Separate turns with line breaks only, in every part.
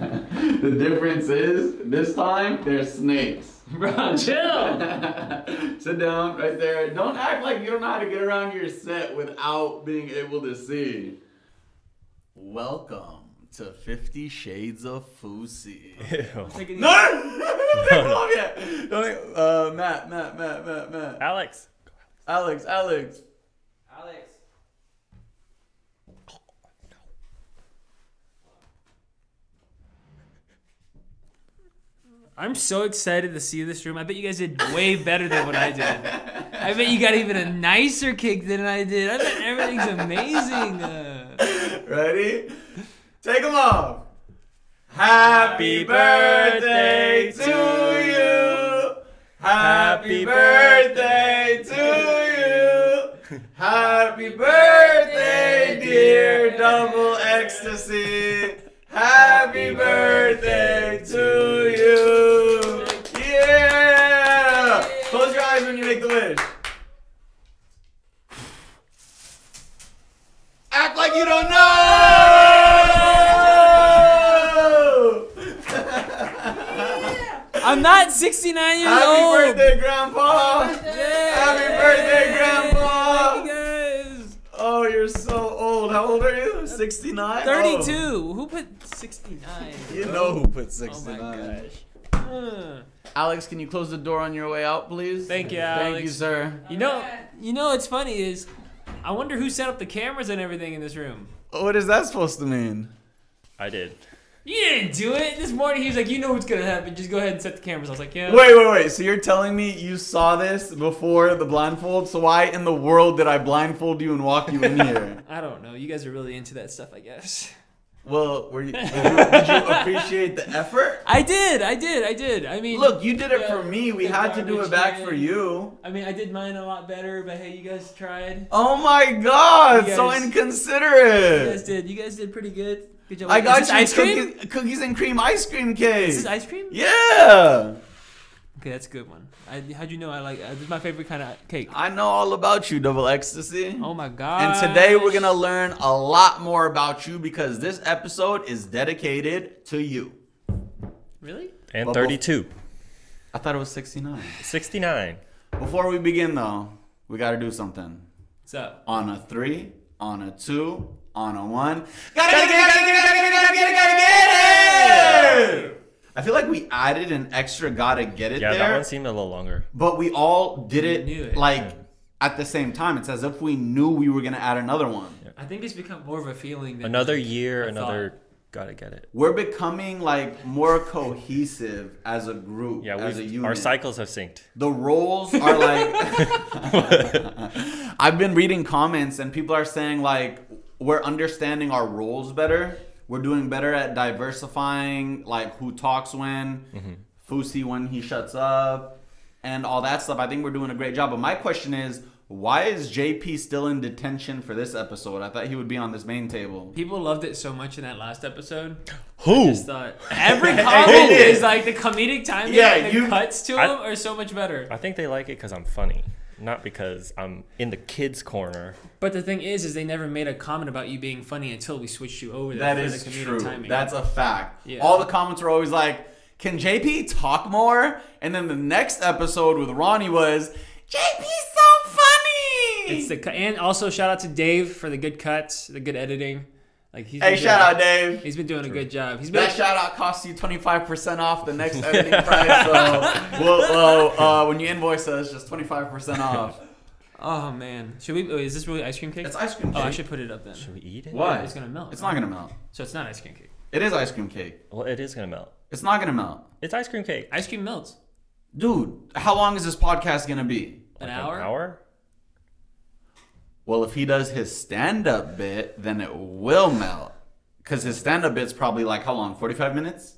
The difference is this time there's snakes.
Bro, chill.
Sit down right there. Don't act like you don't know how to get around your set without being able to see. Welcome to Fifty Shades of Fousey.
Taking
no! Don't take them off yet. Don't take- uh, Matt, Matt, Matt, Matt, Matt.
Alex.
Alex, Alex.
Alex. I'm so excited to see this room. I bet you guys did way better than what I did. I bet you got even a nicer cake than I did. I bet everything's amazing. Uh,
Ready? Take them off. Happy birthday to you. Happy birthday to you. Happy birthday, dear Double Ecstasy. Happy birthday to you. Yeah! Close your eyes when you make the wish. Act like you don't know!
I'm not 69 years
Happy
old.
birthday, Grandpa! Happy birthday,
Thank
Grandpa!
you guys.
Oh, you're so old. How old are you? 69?
32. Who put 69?
You know who put
Oh
69.
my gosh. Uh,
Alex, can you close the door on your way out, please?
Thank you,
Thank you,
Alex.
sir.
you know, you know what's funny is, I wonder who set up the cameras and everything in this room.
What is that supposed to mean?
I did.
You didn't do it. This morning he was like, you know what's gonna happen. Just go ahead and set the cameras. I was like, yeah.
Wait, wait, wait. So you're telling me you saw this before the blindfold? So why in the world did I blindfold you and walk you in here?
I don't know. You guys are really into that stuff, I guess.
well, were you, did, you, did you appreciate the effort?
I did. I did. I did. I mean,
Look, you did it
Yeah,
for me. We
the
had to do it
garbage
back
man.
for you.
I mean, I did mine a lot better, but hey, you guys tried.
Oh my god,
You
so
guys- You guys
inconsiderate.
did. You guys did pretty good. Good job.
I
Is
got
this
you
ice cream.
Cookies, cookies and cream ice cream cake.
Is this ice cream?
yeah.
Okay, that's a good one. I, how'd you know I like? Uh, this is my favorite kind of cake.
I know all about you, Double Ecstasy.
Oh my god!
And today we're gonna learn a lot more about you because this episode is dedicated to you.
really.
And
Bubble.
32.
I thought it was 69.
69.
Before we begin though, we gotta do something.
What's up?
On a three, on a two, on a one. Gotta get it, gotta get it, gotta get it, gotta get it, gotta get it! I feel like we added an extra gotta get it
Yeah, that
there,
one seemed a little longer.
but we all did
knew
it
it.
like at the same time. It's as if we knew we were gonna add another one.
I think it's become more of a feeling than
Another year,
I thought-
another. Gotta get it.
We're becoming like more cohesive as a group,
Yeah,
as a
we
unit.
our cycles have synced.
the roles are like I've been reading comments and people are saying like we're understanding our roles better. We're doing better at diversifying like who talks when, Fusi when he shuts up, and all that stuff. I think we're doing a great job. But my question is, why is JP still in detention for this episode? I thought he would be on this main table.
People loved it so much in that last episode.
Who?
Just thought every
Hey,
comment
hey.
is like the comedic timing.
Yeah,
and the
you-
cuts to
I-
them are so much better.
I think they like it because I'm funny, not because I'm in the kids' corner.
But the thing is, is they never made a comment about you being funny until we switched you over. there
That
for the
is
comedic
true.
Timing.
That's a fact.
Yeah.
All the comments were always like, "Can JP talk more?" And then the next episode with Ronnie was, "JP's so funny."
it's the cu- and also shout out to Dave for the good cuts, the good editing. Like he's
hey,
been
shout
doing-
out, Dave.
He's been doing a good job. He's been
That shout out costs you twenty five percent off the next editing price. So, we'll, we'll, uh, when you invoice us, just twenty five percent off.
Oh man, should we? Wait, is this really ice cream cake?
It's ice cream
oh,
cake.
I should put it up then.
Should we eat it?
Why?
It's gonna melt.
It's not gonna melt.
So it's not ice cream cake.
It is ice cream cake.
Well, it is gonna melt.
It's not gonna melt,
It's ice cream cake.
Ice cream melts.
dude. How long is this podcast gonna be?
An
Like
hour.
An hour?
Well, if he does his stand up bit, then it will melt. Because his stand up bit's probably like, how long? 45 minutes?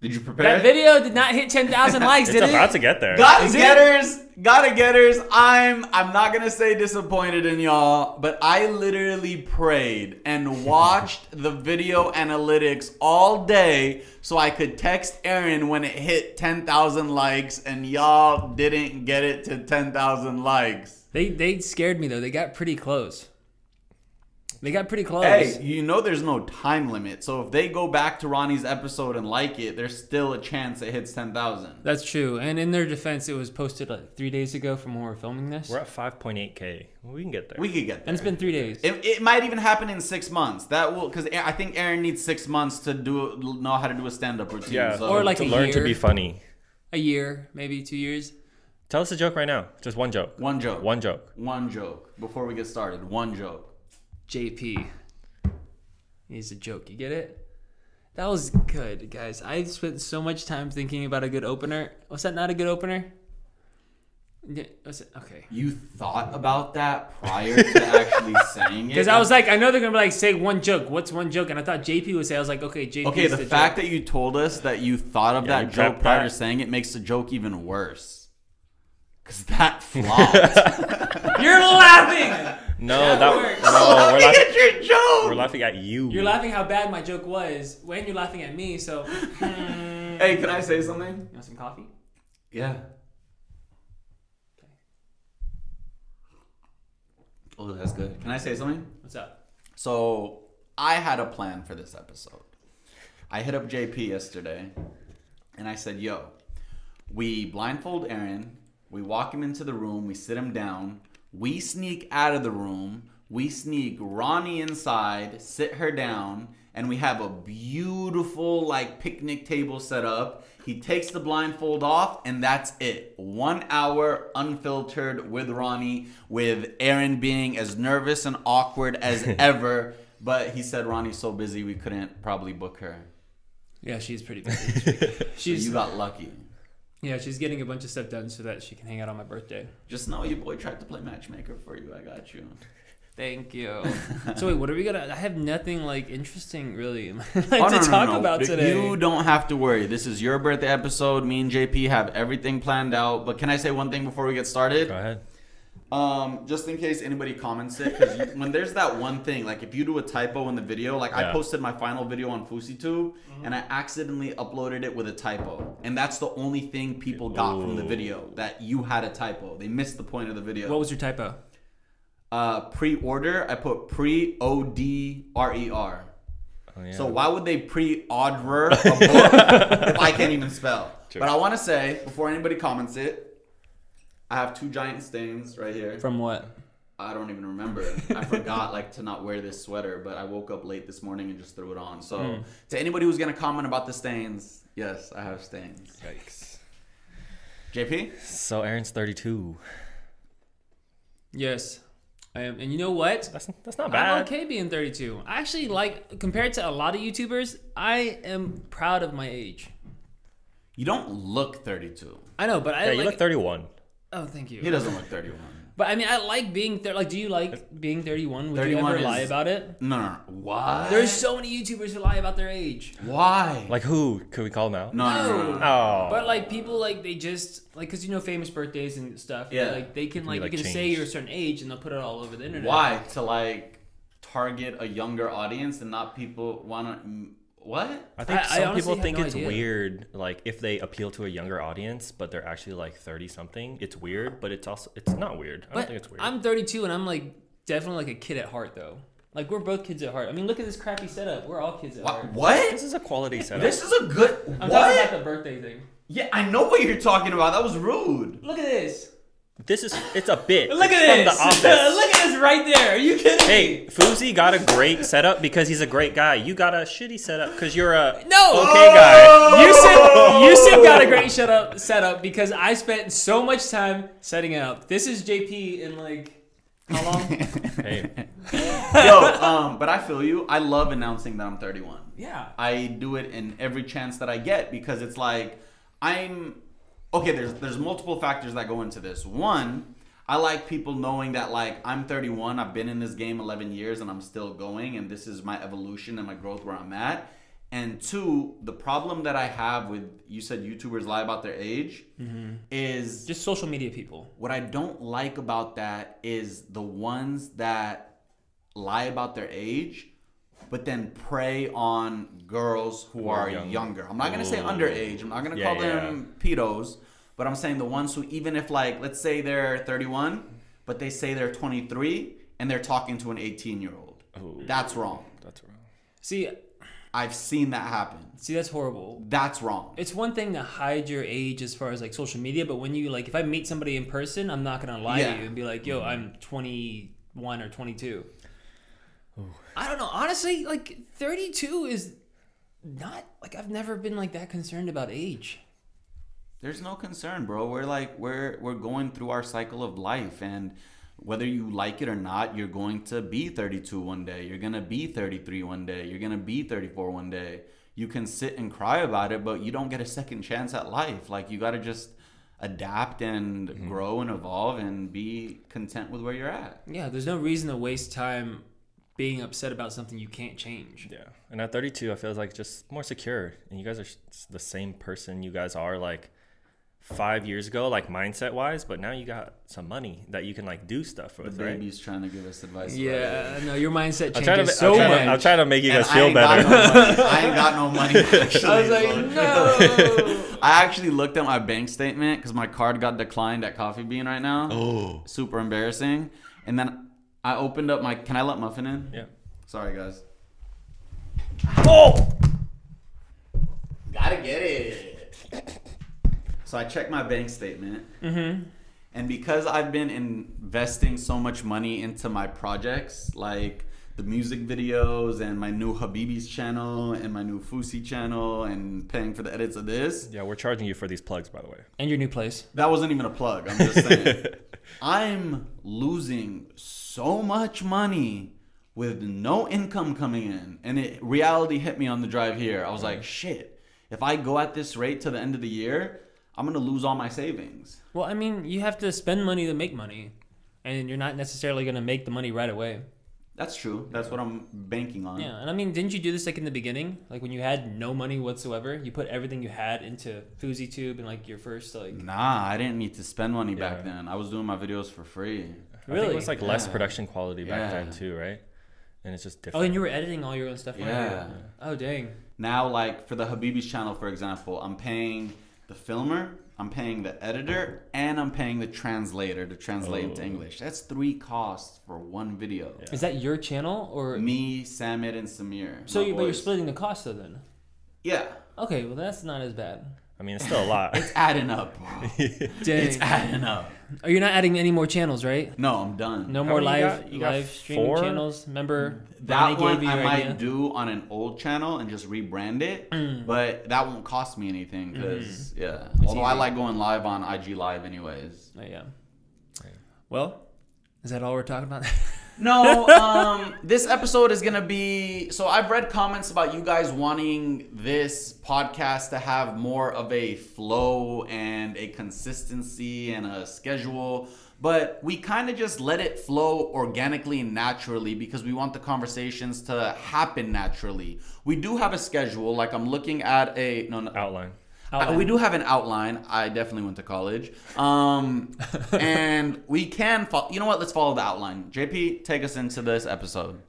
Did you prepare?
That
it?
video did not hit 10,000 likes,
It's
did
about
it?
to get there.
Gotta
Is it?
getters, gotta getters. I'm I'm not gonna say disappointed in y'all, but I literally prayed and watched the video analytics all day so I could text Aaron when it hit 10,000 likes, and y'all didn't get it to 10,000 likes.
They they scared me though. They got pretty close. They got pretty close.
Hey, you know there's no time limit, so if they go back to Ronnie's episode and like it, there's still a chance it hits ten thousand.
That's true. And in their defense, it was posted like three days ago from when we we're filming this.
We're at 5.8k. We can get there.
We could get there.
And it's been three days.
It, it might even happen in six months. That will because I think Aaron needs six months to do know how to do a stand up routine.
yeah,
so.
Or like
to
a
learn to
year.
be funny.
a year, maybe two years.
Tell us a joke right now. Just one joke.
one joke,
One joke.
one joke before we get started. One joke.
JP. He's a joke. You get it? That was good, guys. I spent so much time thinking about a good opener. Was that not a good opener? Yeah, was it? Okay.
You thought about that prior to actually saying it.
Because I was like, I know they're gonna be like, say one joke. What's one joke? And I thought JP would say, I was like, okay, JP.
Okay,
is
the,
the
fact that you told us that you thought of
Yeah, you
that joke
prepped
prior to
that.
saying it makes the joke even worse. Cause that flopped.
joke. you're laughing.
No,
That
that,
works.
Oh,
no, we're laughing,
your
we're
joke.
laughing at you.
You're laughing how bad my joke was when you're laughing at me. So, hmm. you
Hey, can I say something?
want some coffee?
Yeah. Oh, that's good. Can I say something?
What's up?
So I had a plan for this episode. I hit up JP yesterday and I said, yo, we blindfold Aaron, we walk him into the room, we sit him down, we sneak out of the room, we sneak Ronnie inside, sit her down, and we have a beautiful like picnic table set up. He takes the blindfold off, and that's it. One hour unfiltered with Ronnie, with Aaron being as nervous and awkward as ever. But he said Ronnie's so busy we couldn't probably book her.
Yeah, she's pretty busy.
So
She's
you got lucky.
yeah, she's getting a bunch of stuff done so that she can hang out on my birthday.
Just know your boy tried to play matchmaker for you. I got you.
Thank you. so wait, what are we gonna? I have nothing like interesting really in my life
Oh,
to
no, no, no,
talk
no.
about
You
today.
You don't have to worry. This is your birthday episode. Me and JP have everything planned out. But can I say one thing before we get started?
Go ahead.
Um, just in case anybody comments it, because when there's that one thing, like if you do a typo in the video, like I
Yeah.
posted my final video on FusiTube, and I accidentally uploaded it with a typo, and that's the only thing people got from the
Ooh.
video that you had a typo. They missed the point of the video.
What was your typo?
uh, pre-order, I put pre O D R E R.
Oh, yeah.
So why would they pre-order a book if I can't even spell?
True.
But I want to say before anybody comments it, I have two giant stains right here.
From what?
I don't even remember. I forgot like to not wear this sweater, but I woke up late this morning and just threw it on. So
Hmm.
to anybody who's gonna comment about the stains, yes, I have stains.
Yikes.
JP,
So Aaron's 32.
Yes, I am. And you know what?
That's that's not
I'm
bad.
okay being 32. I actually like compared to a lot of YouTubers, I am proud of my age.
you don't look 32.
I know, but I
Yeah,
like.
you look 31.
oh, thank
He
you.
doesn't look 31.
But I mean, I like being thir- like. Do you like being 31? Would you
31
ever
is-
lie about it?
No, no, no. why?
There's so many YouTubers who lie about their age.
Oh. why?
Like who? Could we call him out?
no, no, no, no, no.
Oh.
But like people like they just like because you know famous birthdays and stuff.
Yeah.
Like they can
be,
like,
like,
you can say
changed.
you're a certain age and they'll put it all over the internet.
why to like target a younger audience and not people want to what
I think
I- I
some
honestly
people
have
think
no
it's
idea.
weird, like if they appeal to a younger audience, but they're actually like thirty something. It's weird, but it's also it's not weird. I
But
don't think it's weird.
I'm 32 and I'm like definitely like a kid at heart though. Like we're both kids at heart. I mean, look at this crappy setup. We're all kids at
Wha-
heart.
what
this is a quality setup.
this is a good
I'm talking
what
about the birthday thing.
yeah i know what you're talking about that was rude
Look at this.
This is it's a bit.
Look
It's
at
From
this.
the office.
look at this right there. Are you kidding?
hey, Fousey got a great setup because he's a great guy. You got a shitty setup because you're a
No.
okay guy.
You said you said got a great shut up setup because I spent so much time setting it up. This is JP in like how long?
Hey,
yo um but i feel you i love announcing that i'm 31
yeah.
i do it in every chance that i get because it's like i'm okay there's there's multiple factors that go into this one i like people knowing that like i'm 31 i've been in this game 11 years and i'm still going and this is my evolution and my growth where i'm at and two the problem that i have with you said youtubers lie about their age is
Just social media people.
what I don't like about that is the ones that lie about their age, but then prey on girls who are
young.
younger. I'm not gonna say underage. I'm not gonna
Yeah,
call them pedos, but I'm saying the ones who even if like let's say they're 31, but they say they're 23 and they're talking to an 18 year old.
Ooh,
That's wrong.
that's wrong.
See,
I've seen that happen.
see, that's horrible.
That's wrong.
It's one thing to hide your age as far as like social media, but when you like, if I meet somebody in person, I'm not gonna lie
Yeah.
to you and be like, "Yo, I'm 21 or 22." I don't know. Honestly, like 32 is not like I've never been like that concerned about age.
There's no concern, bro. We're like we're we're going through our cycle of life and whether you like it or not, you're going to be 32 one day. You're going to be 33 one day. You're going to be 34 one day. You can sit and cry about it, but you don't get a second chance at life. Like you got to just adapt and grow and evolve and be content with where you're at.
Yeah, there's no reason to waste time being upset about something you can't change.
Yeah, and at 32, I feel like just more secure. And you guys are s- the same person you guys are like five years ago, like mindset wise. But now you got some money that you can like do stuff
The
with, right?
baby's trying to give us advice. about it.
Yeah, no, your mindset
I'll try, to,
changes so
I'll, try
much.
to, I'll try to make you
And
guys feel
ain't got
better.
no money. I ain't got no money. Actually,
I was like,
so-
no.
I actually looked at my bank statement because my card got declined at Coffee Bean right now.
oh,
Super embarrassing. And then I opened up my. Can I let Muffin in?
yeah.
Sorry, guys.
Oh,
Gotta get it. so I checked my bank statement.
mm-hmm.
And because I've been investing so much money into my projects, like the music videos and my new Habibi's channel and my new Fusi channel and paying for the edits of this,
yeah. We're charging you for these plugs, by the way.
And your new place.
that wasn't even a plug. I'm just saying. I'm losing so much money with no income coming in. And it reality hit me on the drive here. I was like, shit, if I go at this rate to the end of the year, I'm gonna lose all my savings.
Well, I mean, you have to spend money to make money, and you're not necessarily going to make the money right away.
That's true. That's what I'm banking on.
Yeah, and I mean, didn't you do this like in the beginning, like when you had no money whatsoever? You put everything you had into FoozyTube and like your first like.
Nah, I didn't need to spend money
Yeah.
back then. I was doing my videos for free.
I think it
Really?
was like less
Yeah.
production quality back
Yeah.
then too, right? And it's just
Oh,
different.
and you were editing all your own stuff. on your
Yeah.
own. Oh dang.
Now, like for the Habibi's channel, for example, I'm paying the filmer, I'm paying the editor, and I'm paying the translator to translate into
Oh.
English. That's three costs for one video.
Yeah.
Is that your channel or?
Me, Samit, and Samir.
so
my
you, but you're
boys.
splitting the cost though then.
Yeah,
Okay, well that's not as bad.
I mean, it's still a lot.
it's adding up. bro.
Dang.
it's adding up.
Are you not adding any more channels, right?
No, I'm done.
No
How
more
many
live
you got? You got
live streaming
four? Mm.
channels. Remember Ronnie
That
gave
one
you
I
your
might
idea? Hmm.
do on an old channel and just rebrand it, but that won't cost me anything because yeah. Although I
easy.
like going live on IG Live anyways.
Oh, yeah. Well, is that all we're talking about?
No, um, this episode is gonna be. So I've read comments about you guys wanting this podcast to have more of a flow and a consistency and a schedule, but we kind of just let it flow organically and naturally because we want the conversations to happen naturally. We do have a schedule. Like I'm looking at a no, no
Outline.
Outline.
I- Uh, we do have an outline. I definitely went to college. Um, and we can follow. You know what? Let's follow the outline. JP, take us into this episode.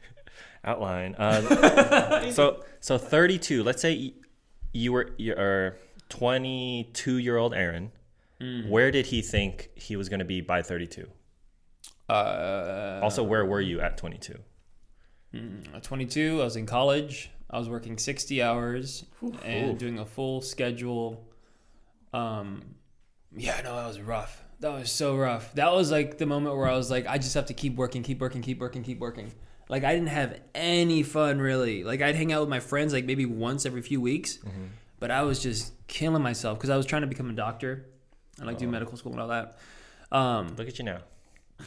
outline. Uh, so so 32. Let's say y- you were your 22 year old Aaron.
Mm-hmm.
Where did he think he was going to be by 32?
uh,
Also, where were you at 22?
at 22, Mm, I was in college. I was working 60 hours and doing a full schedule. Um, yeah, no, that was rough. That was so rough. That was like the moment where I was like, I just have to keep working, keep working, keep working, keep working. Like I didn't have any fun really. Like I'd hang out with my friends like maybe once every few weeks, but I was just killing myself because I was trying to become a doctor. I like do medical school and all that. Um,
Look at you now.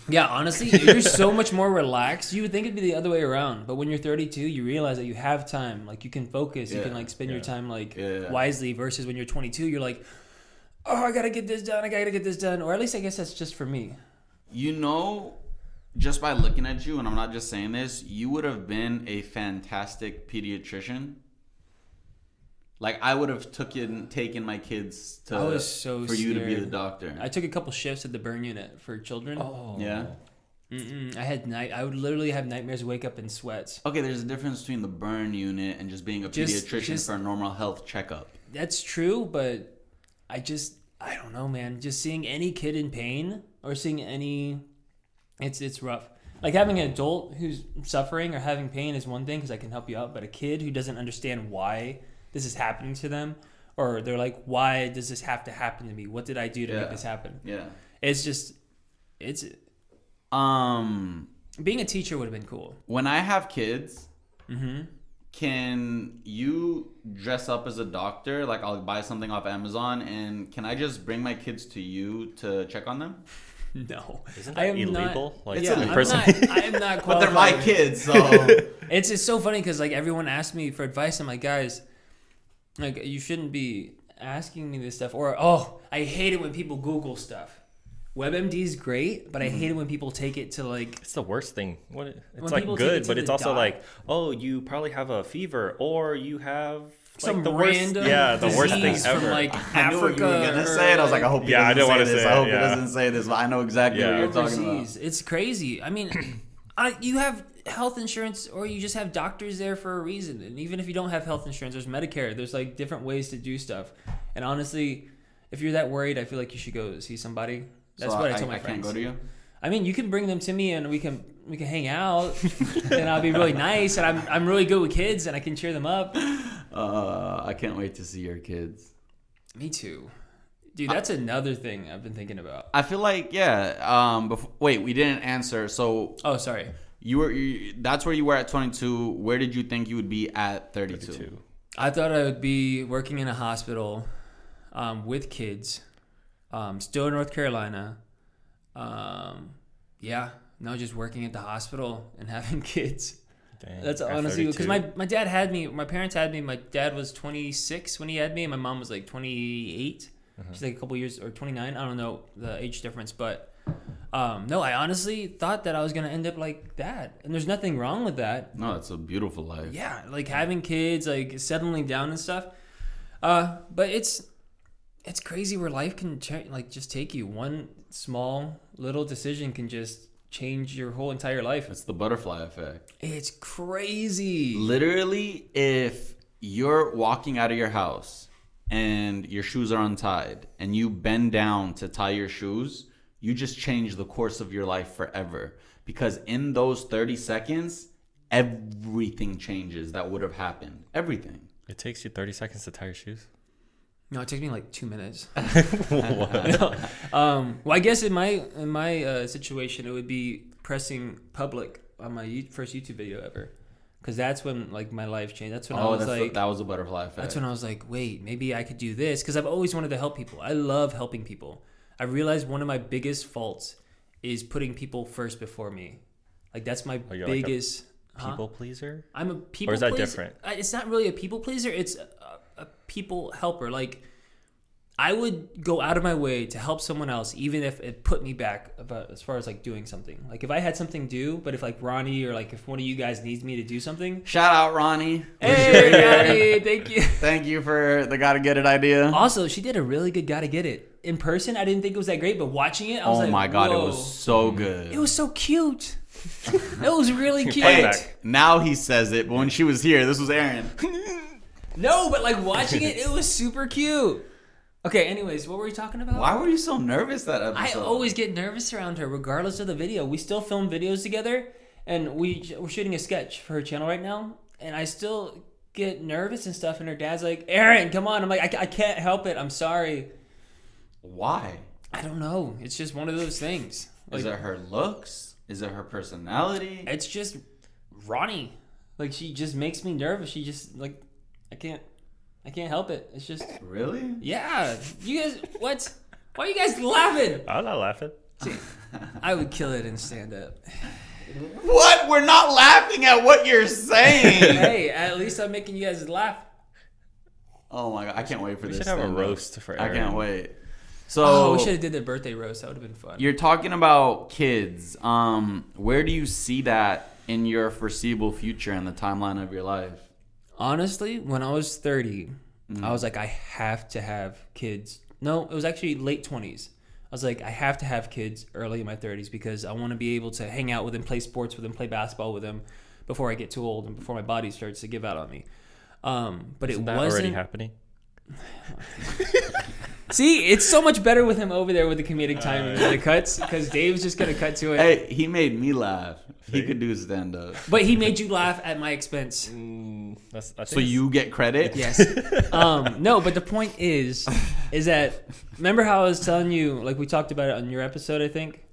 yeah, honestly, you're so much more relaxed. You would think it'd be the other way around, but when you're 32, you realize that you have time. Like you can focus. you
Yeah,
can like spend your
yeah.
time like
Yeah.
wisely. Versus when you're 22, you're like, oh, I gotta get this done. I gotta get this done. Or at least I guess that's just for me.
You know, just by looking at you, and I'm not just saying this, you would have been a fantastic pediatrician. Like I would have took in, taken my kids to
I was so
for you to be
scared.
the doctor.
I took a couple shifts at the burn unit for children.
Oh.
yeah.
Mm-mm. I had night. I would literally have nightmares. Wake up in sweats.
Okay, there's a difference between the burn unit and just being a
Just-
pediatrician
just-
for a normal health checkup.
That's true, but I just I don't know, man. Just seeing any kid in pain or seeing any it's it's rough. Like having an adult who's suffering or having pain is one thing because I can help you out, but a kid who doesn't understand why this is happening to them, or they're like, "Why does this have to happen to me? What did I do to
Yeah.
make this happen?"
Yeah.
It's just, it's
Um,
being a teacher would have been cool.
when I have kids,
Mm-hmm.
can you dress up as a doctor? Like, I'll buy something off Amazon, and can I just bring my kids to you to check on them?
No,
Isn't
I
that
am not-
illegal? like
It's
yeah,
illegal.
I'm
person-
not. I am not.
But they're my
qualified.
kids, so
It's it's so funny because like everyone asked me for advice. I'm like, guys, like you shouldn't be asking me this stuff. Or oh, I hate it when people Google stuff. WebMD is great, but I hate it when people take it to like
It's the worst thing. What it's
When
like
people take it
good,
to
but
the
it's also
doc.
like, oh, you probably have a fever or you have like,
some
the
random
worst, yeah, the worst thing
disease
ever.
from like
I knew what you
Africa.
were gonna
or,
say, and I was like, I hope he
Yeah, I
doesn't
didn't
say
wanna
this.
say
I
it,
hope
yeah.
he doesn't say this. But I know exactly
Yeah.
what you're talking about.
overseas. It's crazy. I mean, I, you have health insurance or you just have doctors there for a reason. And even if you don't have health insurance, there's Medicare. There's like different ways to do stuff. And honestly, if you're that worried, I feel like you should go see somebody. That's
so
what I,
I,
told my
I
friends.
can't go to you.
I mean, you can bring them to me and we can we can hang out and I'll be really nice and I'm I'm really good with kids and I can cheer them up.
Uh, I can't wait to see your kids.
Me too. Dude, that's another thing I've been thinking about.
I feel like yeah. Um, before, wait, we didn't answer. So
Oh, sorry.
you were you, that's where you were at 22. Where did you think you would be at 32?
Two.
I thought I would be working in a hospital um, with kids, um, still in North Carolina. Um, yeah, no, just working at the hospital and having kids.
Dang,
That's
at
honestly because
32.
my, my dad had me, my parents had me. My dad was 26 when he had me, and my mom was like 28. She's like a couple years or 29. I don't know the age difference, but um, no, I honestly thought that I was going to end up like that. And there's nothing wrong with that
No, it's a beautiful life.
yeah like having kids like settling down and stuff uh but it's it's crazy where life can cha- like just take you one small little decision can just change your whole entire life
It's the butterfly effect.
it's crazy
Literally, if you're walking out of your house and your shoes are untied and you bend down to tie your shoes, you just change the course of your life forever. Because in those 30 seconds, everything changes that would have happened. Everything.
It takes you 30 seconds to tie your shoes.
no it took me like two minutes
What?
um well i guess in my in my uh, situation it would be pressing public on my you- first youtube video ever because that's when like my life changed that's when i
oh,
was
that's
like
the, that was a butterfly effect.
That's when I was like, wait, maybe I could do this because I've always wanted to help people. I love helping people. I realized one of my biggest faults is putting people first before me. Like that's my
Oh, you're like a
biggest. huh?
People pleaser?
I'm a people.
that
pleaser.
different?
I- It's not really a people pleaser. It's a, a people helper. Like I would go out of my way to help someone else, even if it put me back about as far as like doing something. Like if I had something due, but if like Ronnie or like if one of you guys needs me to do something,
Shout out, Ronnie.
hey, Ronnie, thank you.
Thank you for the gotta get it idea.
Also, she did a really good gotta get it. In person, I didn't think it was that great, but watching it, I was
Oh
like,
my god,
Whoa.
it was so good.
it was so cute. it was really cute.
Hey.
Hey, now he says it, but when she was here, this was Aaron.
No, but like watching it, it was super cute. Okay, anyways, what were we talking about?
Why were you so nervous that episode?
I always get nervous around her, regardless of the video. We still film videos together, and we we're shooting a sketch for her channel right now, and I still get nervous and stuff. And her dad's like, "Aaron, come on!" I'm like, "I, ca- I can't help it. I'm sorry.
Why?
I don't know. It's just one of those things."
is it her looks? Is it her personality?
it's just Ronnie. Like she just makes me nervous. She just like I can't I can't help it. It's just
Really?
yeah. You guys what? Why are you guys laughing?
I'm not laughing.
I would kill it in stand up.
What? We're not laughing at what you're saying.
Hey, at least I'm making you guys laugh.
oh my god, I can't wait for
We
this.
should have a
stand-up.
roast for
I
Aaron.
can't wait. So
Oh, we should have did the birthday roast. That would have been fun.
you're talking about kids. Um, where do you see that in your foreseeable future in the timeline of your life?
Honestly, when I was 30, I was like, I have to have kids. No, it was actually late 20s. I was like, I have to have kids early in my 30s because I want to be able to hang out with them, play sports with them, play basketball with them before I get too old and before my body starts to give out on me. Um, but
Isn't
it
that already
wasn't.
happening?
See, it's so much better with him over there with the comedic timing and the cuts because Dave's just gonna cut to it.
Hey, he made me laugh. He could do stand up.
But he made you laugh at my expense.
Mm, that's, I
So
think
you get credit?
Yes. Um, no, but the point is, is that remember how I was telling you, like we talked about it on your episode, I think,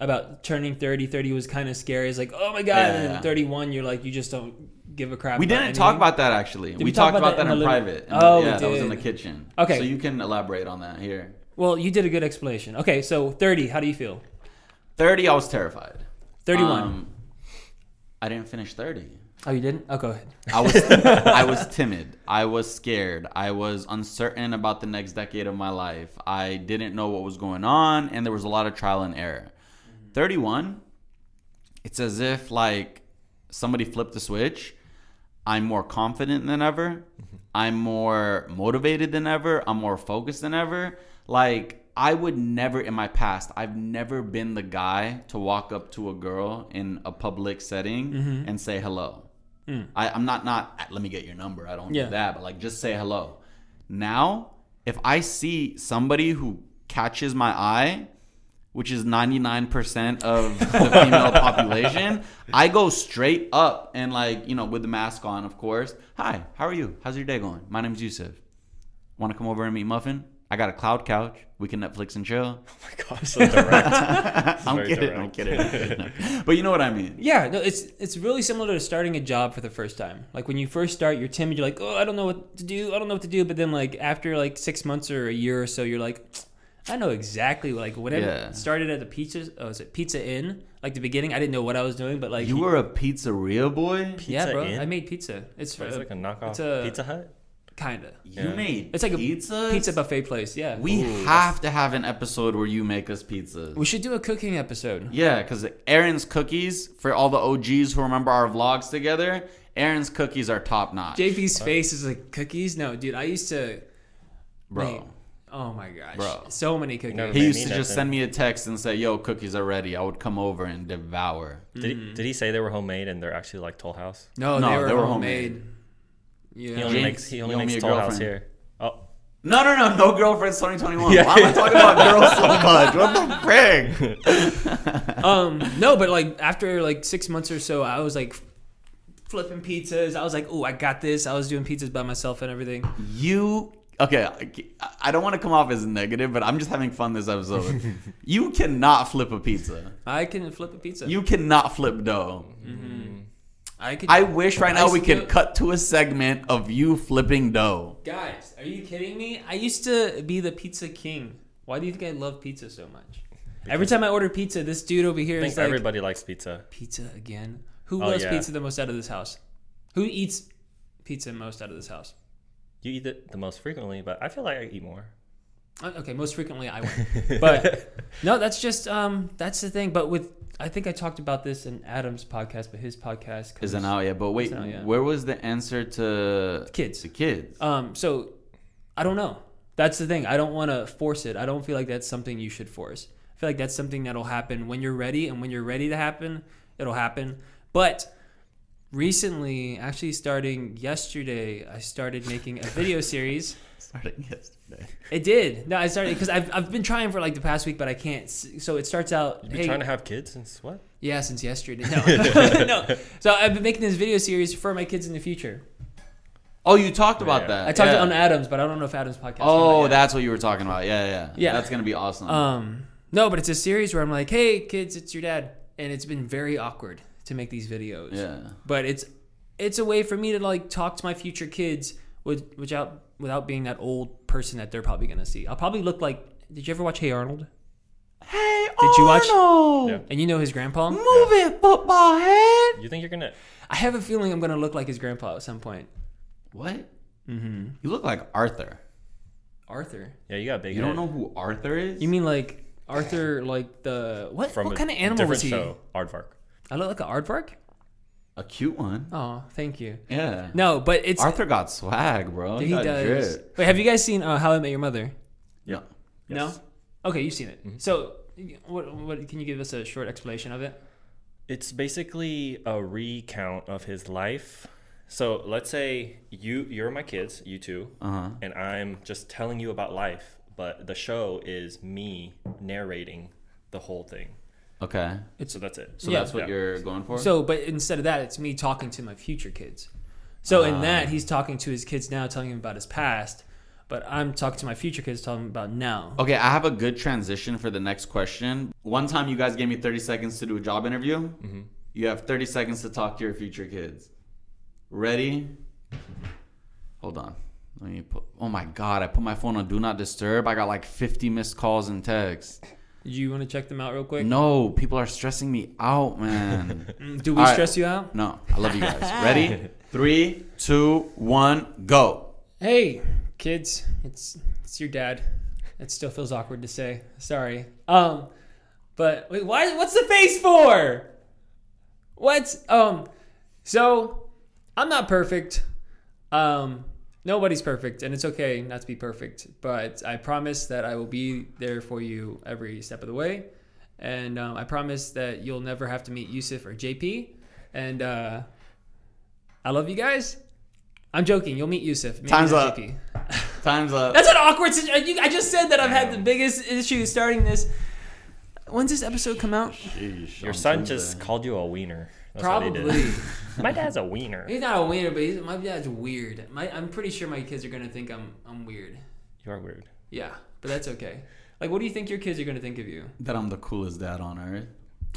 about turning 30. 30 was kind of scary. It's like, oh my god.
Yeah,
and
yeah.
then 31, you're like, you just don't give a crap.
We
about
didn't talk
anything.
about that actually. we,
we talk
talked about,
about
that
that
in,
in the living-
private.
Oh, we
yeah, that was in the
did.
kitchen.
Okay.
so you can elaborate on that here.
Well, you did a good explanation. Okay, so 30. How do you feel?
Thirty, I was terrified.
31.
Um, I didn't finish thirty.
oh, you didn't? Oh, go ahead.
I was I was timid. I was scared. I was uncertain about the next decade of my life. I didn't know what was going on and there was a lot of trial and error. 31 it's as if like somebody flipped the switch. I'm more confident than ever. I'm more motivated than ever. I'm more focused than ever. Like I would never in my past, I've never been the guy to walk up to a girl in a public setting and say hello. I, I'm not not "Ah, let me get your number. I don't
Hmm. Yeah.
do that, but like just say hello. Now, if I see somebody who catches my eye, which is 99% of the female population, I go straight up and like, you know, with the mask on, of course. Hi, how are you? How's your day going? My name's Yusuf. Want to come over and meet Muffin? I got a cloud couch. We can Netflix and chill.
Oh my God, so direct.
I'm
very
kidding. I'm
direct.
kidding. No. But you know what I mean.
Yeah, no, it's it's really similar to starting a job for the first time. Like when you first start, you're timid. You're like, oh, I don't know what to do. I don't know what to do. But then, like after like six months or a year or so, you're like, I know exactly. Like when
Yeah.
I started at the pizza, oh, is it Pizza Inn? Like the beginning, I didn't know what I was doing, but like
You were a pizzeria boy?
yeah,
Pizza
bro.
Inn?
I made pizza. It's,
It's
uh,
like a knockoff
it's a-
Pizza Hut.
kinda.
You
Yeah.
made
It's like a
pizzas?
pizza buffet place. Yeah, we,
We
Ooh.
have to have an episode where you make us pizzas.
should do a cooking episode.
Yeah, because Aaron's cookies for all the OGs who remember our vlogs together. Aaron's cookies are top notch,
JP's face is like cookies. No, dude, I used to.
bro.
Wait. oh my gosh,
Bro.
so many cookies.
never
He
made
used
me
to just send
nothing.
me a text and say, "Yo, cookies are ready." I would come over and devour.
Did,
Mm-hmm.
he, did he say they were homemade and they're actually like Toll House?
No,
No,
they, were
they were
homemade.
He
Yeah.
only
Jinx,
makes he only
you owe me
makes
a
Toll House
girlfriend.
here. Oh,
No, no, no, no girlfriends 2021.
Yeah.
Why am I talking about girls so much? What the frick?
um, no, but like after like six months or so, I was like flipping pizzas. I was like, oh, I got this. I was doing pizzas by myself and everything.
you okay? I- I don't want to come off as negative, but I'm just having fun this episode. you cannot flip a pizza.
I can flip a pizza.
You cannot flip dough.
I could.
I wish right now
I
we
still-
could cut to a segment of you flipping dough.
Guys, are you kidding me? I used to be the pizza king. Why do you think I love pizza so much? Every time I order pizza, this dude over here
I
is
think
like,
everybody likes pizza.
pizza again. Who
Oh,
loves
yeah.
pizza the most out of this house? Who eats pizza most out of this house?
You eat it the most frequently, but I feel like I eat more.
Uh, Okay, most frequently I win. But no, that's just um that's the thing. But with I think I talked about this in Adam's podcast, but his podcast comes-
Isn't out yet, but wait,
Isn't out yet.
where was the answer to
kids.
to kids?
Um so I don't know. That's the thing. I don't want to force it. I don't feel like that's something you should force. I feel like that's something that'll happen when you're ready and when you're ready to happen, it'll happen. But recently, actually starting yesterday, I started making a video series
Starting yesterday.
It did. No, I started because I've, I've been trying for like the past week, but I can't. s- So it starts out.
You've been
hey,
trying to have kids since what?
yeah, since yesterday. No, no. So I've been making this video series for my kids in the future.
Oh, you talked about
Yeah.
that.
I talked
yeah.
on Adams, but I don't know if Adams podcast.
Oh,
came out yet.
that's what you were talking about. Yeah, yeah.
Yeah.
That's gonna be awesome.
Um, no, but it's a series where I'm like, hey, kids, it's your dad, and it's been very awkward to make these videos.
yeah.
But it's it's a way for me to like talk to my future kids with without without being that old person that they're probably gonna see. I'll probably look like. Did you ever watch Hey Arnold?
Hey,
Did you watch-
Arnold,
Yeah.
And you know his grandpa.
move it, football head.
You think you're gonna?
I have a feeling I'm gonna look like his grandpa at some point.
What? Mm-hmm. You look like Arthur.
Arthur.
Yeah, you got a big.
You don't
head.
know who Arthur is?
You mean like Arthur, like the what?
from
what
a
kind of animal was
different
he?
Show, Aardvark.
I look like an aardvark.
a cute one?
Oh, thank you.
Yeah.
No, but it's
Arthur got swag, bro.
he
got
does.
drip.
Wait, have you guys seen uh, How I Met Your Mother?
Yeah.
Yes.
No. Okay, you've seen it.
Mm-hmm.
So, what, what? Can you give us a short explanation of it?
It's basically a recount of his life. So let's say you you're my kids, you two,
Uh huh.
Uh-huh.
and I'm just telling you about life, but the show is me narrating the whole thing.
Okay.
So that's it.
So
Yeah.
that's what
Yeah.
you're going for?
So, but instead of that, it's me talking to my future kids. So
Ah.
in that, he's talking to his kids now, telling him about his past. But I'm talking to my future kids, telling them about now.
Oh.
okay, I have a good transition for the next question. One time you guys gave me 30 seconds to do a job interview.
Mm-hmm.
You have 30 seconds to talk to your future kids. Ready? Hold on. Let me put, oh my God, I put my phone on Do Not Disturb. I got like 50 missed calls and texts.
Do you want to check them out real quick?
No, people are stressing me out, man.
Do we
All right.
stress you out?
No, I love you guys. Ready? Three, two, one, go.
Hey, kids, it's it's your dad. It still feels awkward to say. Sorry. Um, but wait, why? What's the face for? What? Um, so I'm not perfect. Um, nobody's perfect, and it's okay not to be perfect. But I promise that I will be there for you every step of the way, and um, I promise that you'll never have to meet Yusuf or JP. And uh, I love you guys. I'm joking. You'll meet Yusuf. maybe
Time's
not
up.
JP.
Time's up.
That's an awkward situation. I just said that I've had the biggest issue starting this. When's this episode come out?
Your son just called you a wiener. That's what he
uh,
did.
Probably.
My dad's a wiener.
He's not a wiener, but he's, my dad's weird. My, I'm pretty sure my kids are gonna think I'm I'm weird.
You are weird.
Yeah, but that's okay. Like, what do you think your kids are gonna think of you?
that I'm the coolest dad on earth.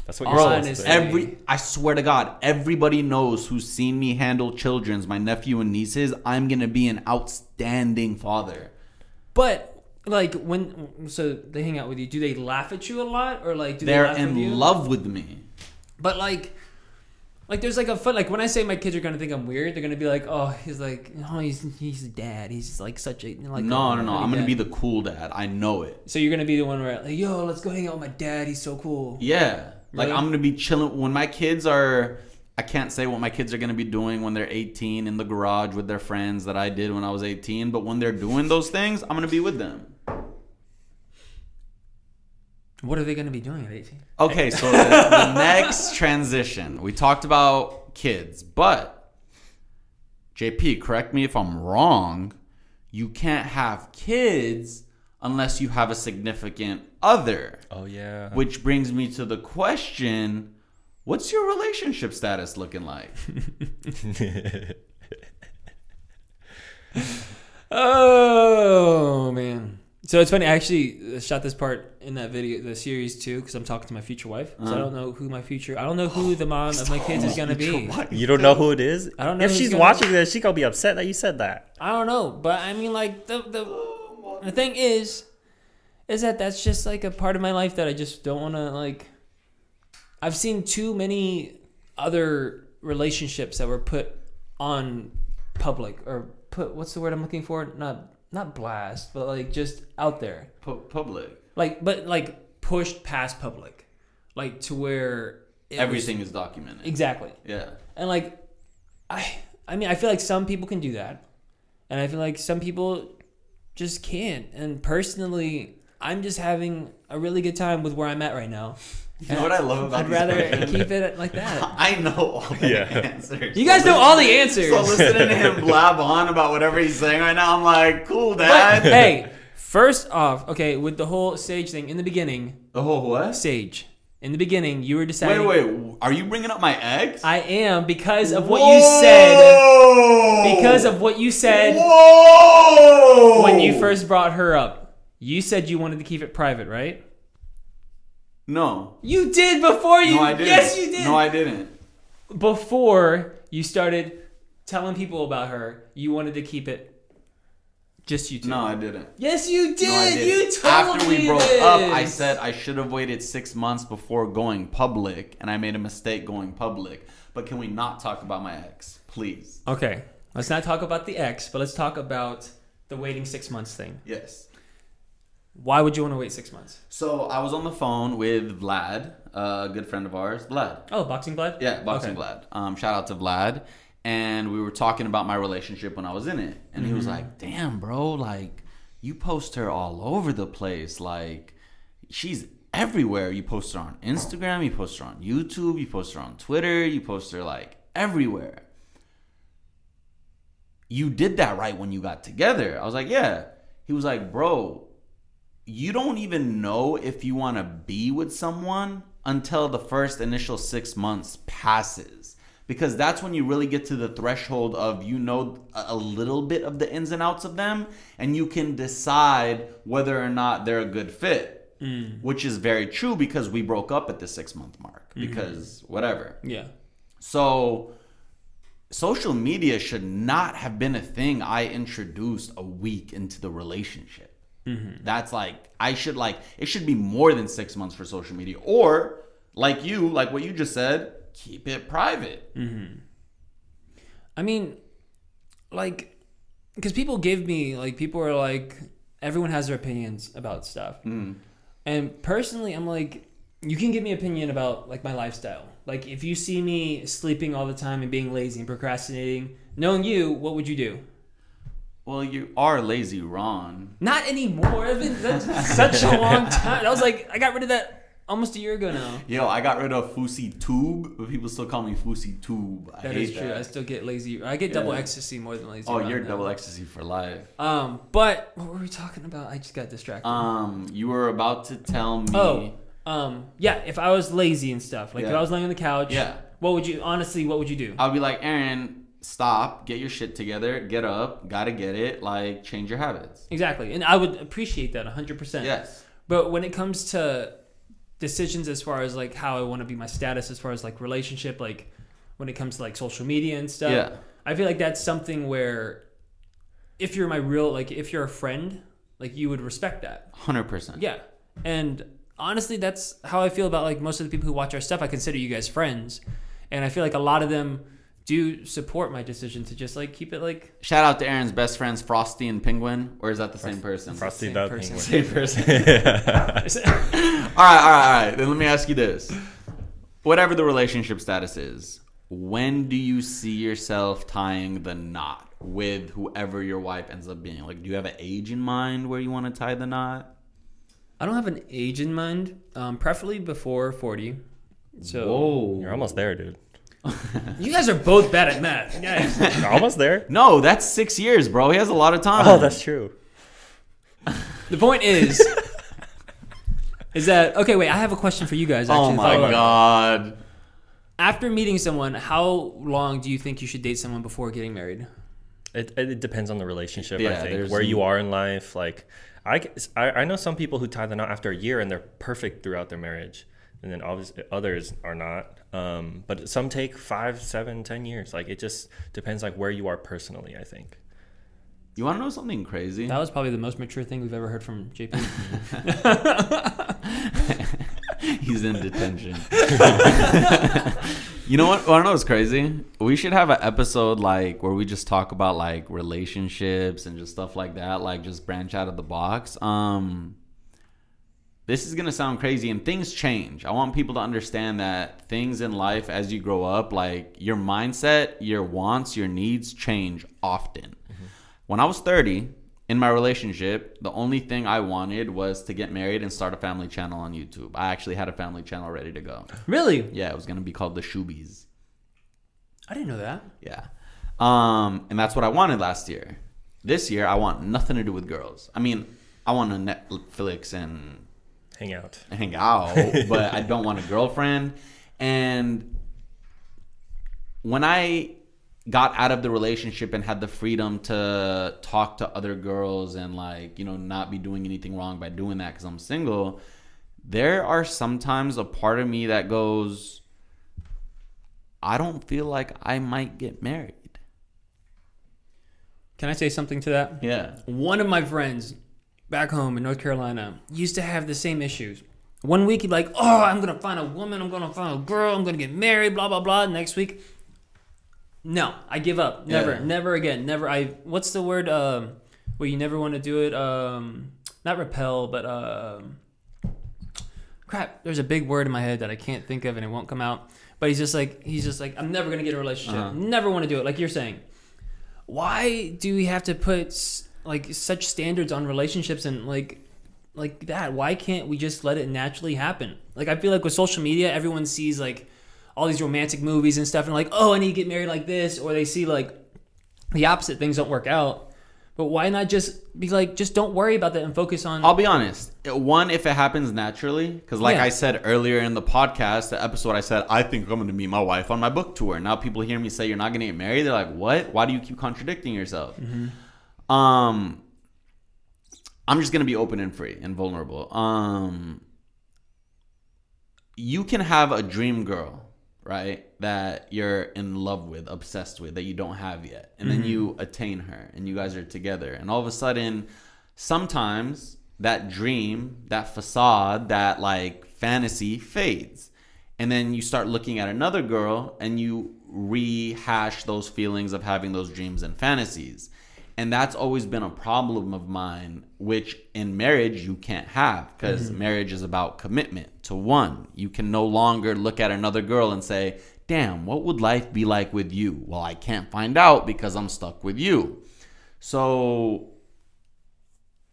That's what you're supposed to
Honestly.
do.
Every I swear to God, everybody knows who's seen me handle children's, my nephew and nieces. I'm gonna be an outstanding father.
But like when so they hang out with you, do they laugh at you a lot or like do they
They're
laugh with you?
in love with me.
But like, like there's like a fun like when I say my kids are gonna think I'm weird, they're gonna be like, oh, he's like, oh, he's he's a dad. He's like such a like.
No,
a-
no, no.
a
I'm gonna
dad."
be the cool dad. I know it.
So you're gonna be the one where like, yo, let's go hang out with my dad. He's so cool.
Yeah. Like
Really?
I'm gonna be chilling when my kids are. I can't say what my kids are gonna be doing when they're 18 in the garage with their friends that I did when I was 18. But when they're doing those things, I'm gonna be with them.
What are they gonna be doing at 18?
Okay, so the, the next transition. We talked about kids, but JP, correct me if I'm wrong. You can't have kids unless you have a significant other.
Oh
Uh.
yeah.
Which brings me to the question what's your relationship status looking like?
Oh man. So it's funny. I actually uh, shot this part in that video, the series too, because I'm talking to my future wife. So I don't know who my future. I don't know who the mom of my kids is gonna be.
You don't know who it is.
I don't know
If
who's
she's
gonna-
watching this, she gonna be upset that you said that.
I don't know, but I mean, like the the the thing is, is that that's just like a part of my life that I just don't want to like. I've seen too many other relationships that were put on public or put. What's the word I'm looking for? Not not blast, but like just out there
Pu- public.
like but like pushed past public like to where it was-
Everything is documented.
exactly
Yeah.
and like i i mean i feel like some people can do that and i feel like some people just can't and personally i'm just having a really good time with where i'm at right now
You know what I love about
i'd
these
rather
questions?
keep it like that
I know all the
Yeah.
answers.
you guys know all the answers
So listening to him blab on about whatever he's saying right now, I'm like, cool,
but,
dad.
hey first off okay with the whole sage thing in the beginning
Oh, what?
sage in the beginning you were
Wait,
deciding
wait. Are you bringing up my ex?
i am because of what you said because of what you said
Whoa!
when you first brought her up. You said you wanted to keep it private, right?
No.
You did before you.
No, I didn't.
Yes, you did.
No, I didn't.
before you started telling people about her, you wanted to keep it just you two.
No, I didn't.
Yes, you did.
No, I didn't.
You told
After we
me
broke
this.
up, I said I should have waited six months before going public, and I made a mistake going public. But can we not talk about my ex, please?
Okay, let's not talk about the ex, but let's talk about the waiting six months thing.
Yes.
Why would you want to wait six months?
So I was on the phone with Vlad, a good friend of ours. Vlad.
Oh, boxing blood.
Yeah, boxing Vlad. Um, shout out to Vlad. And we were talking about my relationship when I was in it, and he was like, "Damn, bro, like you post her all over the place. Like she's everywhere. You post her on Instagram, you post her on YouTube, you post her on Twitter, you post her like everywhere." You did that right when you got together. I was like, "Yeah." He was like, "Bro, you don't even know if you want to be with someone until the first initial six months passes. Because that's when you really get to the threshold of you know a a little bit of the ins and outs of them, and you can decide whether or not they're a good fit, which is very true because we broke up at the six month mark because whatever.
Yeah.
So social media should not have been a thing I introduced a week into the relationship.
Mm-hmm.
That's like I should like it should be more than 6 months for social media or like you like what you just said keep it private.
Mm. I mean, like, because people give me like people are like everyone has their opinions about stuff,
Hmm.
and personally, I'm like, you can give me opinion about like my lifestyle. Like, if you see me sleeping all the time and being lazy and procrastinating, knowing you, what would you do?
Well, you are lazy, Ron.
Not anymore. I've been that's such a long time. I was like, I got rid of that almost a year ago now.
Yo, I got rid of Fusi Tube, but people still call me Fusi Tube. I
That
hate
is true. I
that.
still get lazy. I get double
Yeah.
ecstasy more than lazy.
Oh,
around
you're
now.
double ecstasy for life.
Um, but what were we talking about? I just got distracted.
Um, you were about to tell me.
oh, um, yeah. If I was lazy and stuff, like if
Yeah.
I was laying on the couch,
Yeah.
What would you honestly? What would you do?
I'll be like, Aaron, stop, get your shit together, get up, gotta get it, like change your habits.
Exactly, and I would appreciate that hundred percent.
Yes.
But when it comes to decisions as far as like how I want to be my status as far as like relationship, like when it comes to like social media and stuff,
Yeah.
I feel like that's something where if you're my real like if you're a friend, like you would respect that.
Hundred percent.
Yeah. And honestly, that's how I feel about like most of the people who watch our stuff. I consider you guys friends. And I feel like a lot of them do support my decision to just like keep it like
Shout out to Aaron's best friends, Frosty and Penguin, or is that the same person?
Frosty
same
the
person.
Penguin.
Same person. all right, all right, all right. Then let me ask you this: whatever the relationship status is, when do you see yourself tying the knot with whoever your wife ends up being? Like, do you have an age in mind where you want to tie the knot?
I don't have an age in mind, um, preferably before 40. So
Whoa.
You're almost there, dude.
You guys are both bad at math.
You're almost there.
No, that's six years, bro. He has a lot of time.
Oh, that's true.
the point is, is that okay? Wait, I have a question for you guys. Actually,
Oh
to
my
follow up.
god.
After meeting someone, how long do you think you should date someone before getting married?
It, it it depends on the relationship,
Yeah,
I think,
there's-
where you are in life. Like, I, c- I- I know some people who tie the knot after a year and they're perfect throughout their marriage, and then obviously others are not. Um, but some take five, seven, ten years. Like, it just depends, like where you are personally. I think.
You want to know something crazy?
That was probably the most mature thing we've ever heard from JP.
He's in detention. you know what? What I know is crazy. We should have an episode like where we just talk about like relationships and just stuff like that. Like just branch out of the box. Um, this is gonna sound crazy, and things change. I want people to understand that things in life, as you grow up, like your mindset, your wants, your needs change often. When I was thirty. In my relationship, the only thing I wanted was to get married and start a family channel on YouTube. I actually had a family channel ready to go.
really?
Yeah, it was gonna be called the Shoobies.
I didn't know that.
Yeah, um, and that's what I wanted last year. This year, I want nothing to do with girls. I mean, I want to Netflix and
Hang out.
hang out, but I don't want a girlfriend. And when I got out of the relationship and had the freedom to talk to other girls and like, you know, not be doing anything wrong by doing that cuz I'm single, there are sometimes a part of me that goes I don't feel like I might get married.
Can I say something to that?
Yeah.
One of my friends back home in North Carolina used to have the same issues. One week he'd be like, "Oh, I'm gonna find a woman. I'm gonna find a girl. I'm gonna get married. Blah blah blah." Next week, no, I give up. Never,
Yeah.
never again. Never. I. What's the word? Um, where you never want to do it. Um, not repel, but um, crap. There's a big word in my head that I can't think of and it won't come out. But he's just like he's just like I'm never gonna get a relationship.
Uh-huh.
Never want to do it. Like you're saying, why do we have to put s- like such standards on relationships and like like that? Why can't we just let it naturally happen? Like I feel like with social media, everyone sees like all these romantic movies and stuff, and like oh I need to get married like this, or they see like the opposite things don't work out. But why not just be like, just don't worry about that and focus on.
I'll be honest. One, if it happens naturally, because like
Yeah.
I said earlier in the podcast, the episode I said I think I'm going to meet my wife on my book tour. Now people hear me say you're not going to get married. They're like, what? Why do you keep contradicting yourself? Um, I'm just going to be open and free and vulnerable. Um, you can have a dream girl, right? That you're in love with, obsessed with, that you don't have yet. And then you attain her and you guys are together. And all of a sudden, sometimes that dream, that facade, that like fantasy fades. And then you start looking at another girl and you rehash those feelings of having those dreams and fantasies. And that's always been a problem of mine, which in marriage you can't have because marriage is about commitment to one. You can no longer look at another girl and say, damn, what would life be like with you? Well, I can't find out because I'm stuck with you. So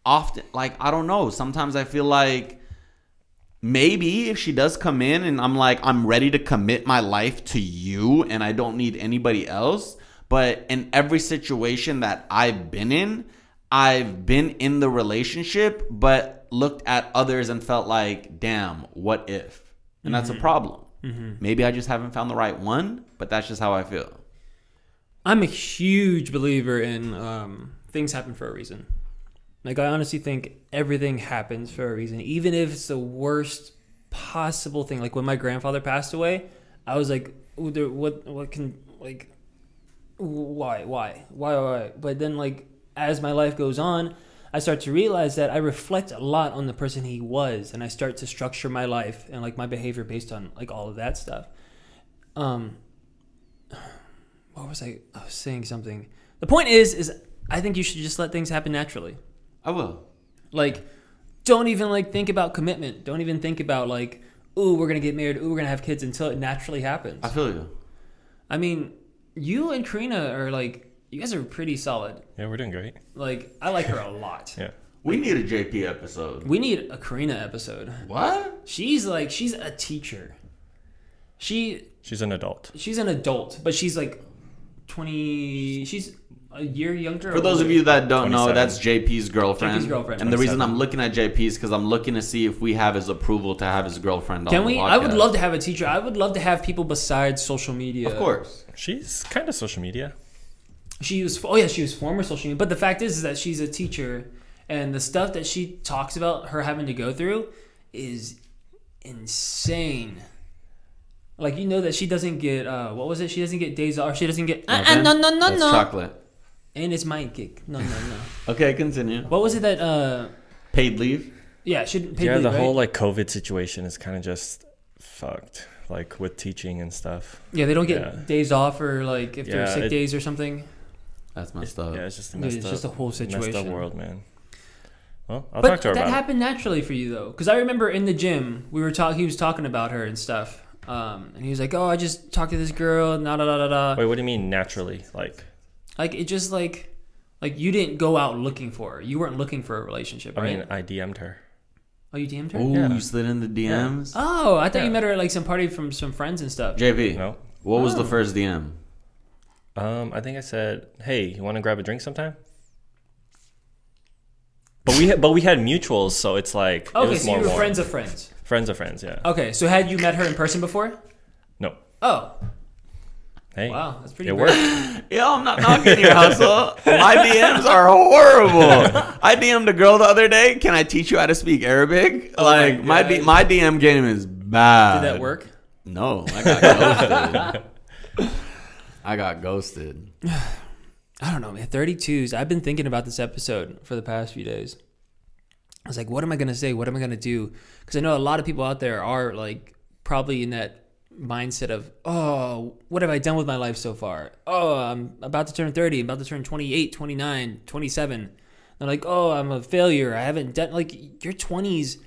often, like, I don't know. Sometimes I feel like maybe if she does come in and I'm like, I'm ready to commit my life to you and I don't need anybody else. But in every situation that I've been in, I've been in the relationship, but looked at others and felt like, damn, what if? And that's a problem. Maybe I just haven't found the right one, but that's just how I feel.
I'm a huge believer in um, things happen for a reason. Like I honestly think everything happens for a reason, even if it's the worst possible thing. Like when my grandfather passed away, I was like, "Ooh, there- "What? What can like? Why? Why? Why? Why?" But then, like as my life goes on, I start to realize that I reflect a lot on the person he was, and I start to structure my life and like my behavior based on like all of that stuff. Um, what was I? I was saying something. The point is, is I think you should just let things happen naturally.
I will.
Like, don't even like think about commitment. Don't even think about like, ooh, we're gonna get married. Ooh, we're gonna have kids until it naturally happens.
I feel you.
I mean, you and Karina are like, you guys are pretty solid.
Yeah, we're doing great.
Like, I like her a lot.
Yeah.
We need a JP episode.
We need a Karina episode.
What?
She's like, she's a teacher. She
She's an adult.
she's an adult, but she's like twenty. She's a year younger.
For those of you that don't know,
27.
that's JP's girlfriend.
JP's girlfriend.
And the reason I'm looking at JP is because I'm looking to see if we have his approval to have his girlfriend on
Can
the
we? I would
podcast.
love to have a teacher. I would love to have people besides social media.
Of course.
She's kind of social media.
She was. Oh yeah, she was former social media. But the fact is, is that she's a teacher, and the stuff that she talks about her having to go through is insane. Like you know that she doesn't get uh, what was it? She doesn't get days off. She doesn't get uh, uh, no no no
That's
no.
chocolate.
And it's my gig. No no no.
Okay, continue.
what was it that? Uh,
Paid leave.
yeah, she didn't pay
yeah,
leave,
the
right?
whole like COVID situation is kind of just fucked, like with teaching and stuff.
yeah, they don't get
yeah.
days off or like if they're
Yeah,
sick
it-
days or something.
That's messed up.
Yeah, it's just a
Dude,
messed
it's
up,
just a whole
messed up
situation.
world, man. Well, I'll
but
talk to her
that
about
happened naturally for you though, because I remember in the gym we were talking. He was talking about her and stuff, um, and he was like, "Oh, I just talked to this girl." Da da da da
it.
da.
Wait, what do you mean naturally? Like,
Like it just like, like you didn't go out looking for her. You weren't looking for a relationship,
I
right?
mean, I DM'd her.
oh, you DM'd her.
Ooh,
Yeah.
you slid in the DMs.
Oh, I thought
Yeah.
you met her at like some party from some friends and stuff.
JP,
No.
what
Oh.
was the first DM?
Um, I think I said, "Hey, you want to grab a drink sometime?" But we had, but we had mutuals, so it's like it
Okay,
was
so
more
you were
warm.
friends of Oh. friends.
friends of friends, yeah.
Okay, so had you met her in person before?
No,
Oh,
hey,
wow, that's pretty.
it
bad.
worked.
Yo, I'm not knocking your hustle. My DMs are horrible. I DM'd a girl the other day. Can I teach you how to speak Arabic? like Oh my D- my DM game is bad.
Did that work?
No, I got ghosted. I got ghosted.
I don't know, man. 32s. I've been thinking about this episode for the past few days. I was like, what am I going to say? What am I going to do? Because I know a lot of people out there are like probably in that mindset of, oh, what have I done with my life so far? Oh, I'm about to turn 30, about to turn 28, 29, 27. They're like, oh, I'm a failure. I haven't done, like, your 20s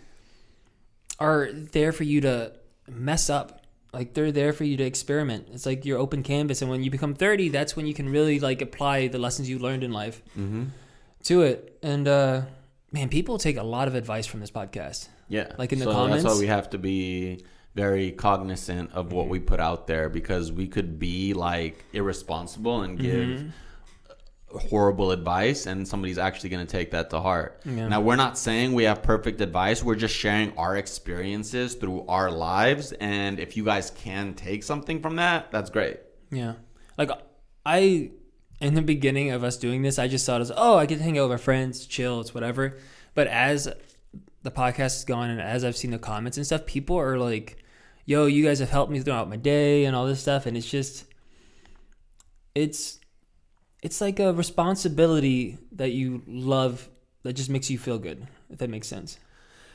are there for you to mess up. Like they're there for you to experiment. It's like your open canvas, and when you become thirty, that's when you can really like apply the lessons you learned in life to it. And uh, man, people take a lot of advice from this podcast.
Yeah.
Like in the
so That's
comments?
why we have to be very cognizant of what we put out there because we could be like irresponsible and give
Mm-hmm.
horrible advice and somebody's actually going to take that to heart.
Yeah.
Now, we're not saying we have perfect advice. We're just sharing our experiences through our lives. And if you guys can take something from that, that's great.
Yeah. Like I in the beginning of us doing this, I just thought it was oh, I could hang out with my friends, chill, it's whatever. But as the podcast has gone and as I've seen the comments and stuff, people are like, yo, you guys have helped me throughout my day and all this stuff and it's just it's it's like a responsibility that you love that just makes you feel good, if that makes sense.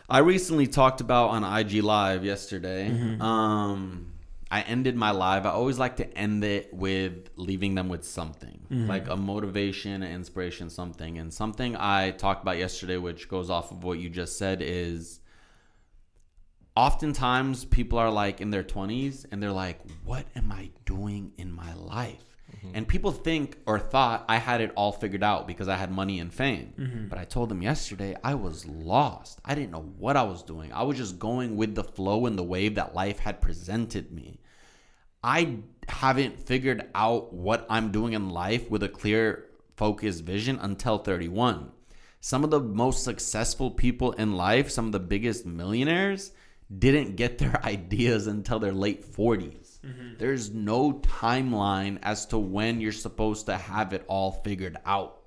I recently talked about on IG Live yesterday. Um, I ended my live. I always like to end it with leaving them with something, like a motivation, an inspiration, something. And something I talked about yesterday, which goes off of what you just said, is oftentimes people are like in their 20s and they're like, what am I doing in my life? And people think or thought I had it all figured out because I had money and fame. But I told them yesterday I was lost. I didn't know what I was doing. I was just going with the flow and the wave that life had presented me. I haven't figured out what I'm doing in life with a clear focused vision until 31. Some of the most successful people in life, some of the biggest millionaires, didn't get their ideas until their late 40s. There's no timeline as to when you're supposed to have it all figured out.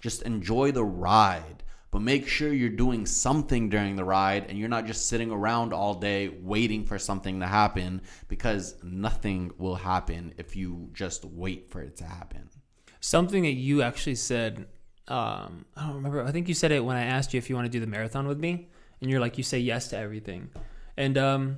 Just enjoy the ride, but make sure you're doing something during the ride and you're not just sitting around all day waiting for something to happen because nothing will happen if you just wait for it to happen.
something that you actually said um, i don't remember i think you said it when i asked you if you want to do the marathon with me and you're like you say yes to everything and um,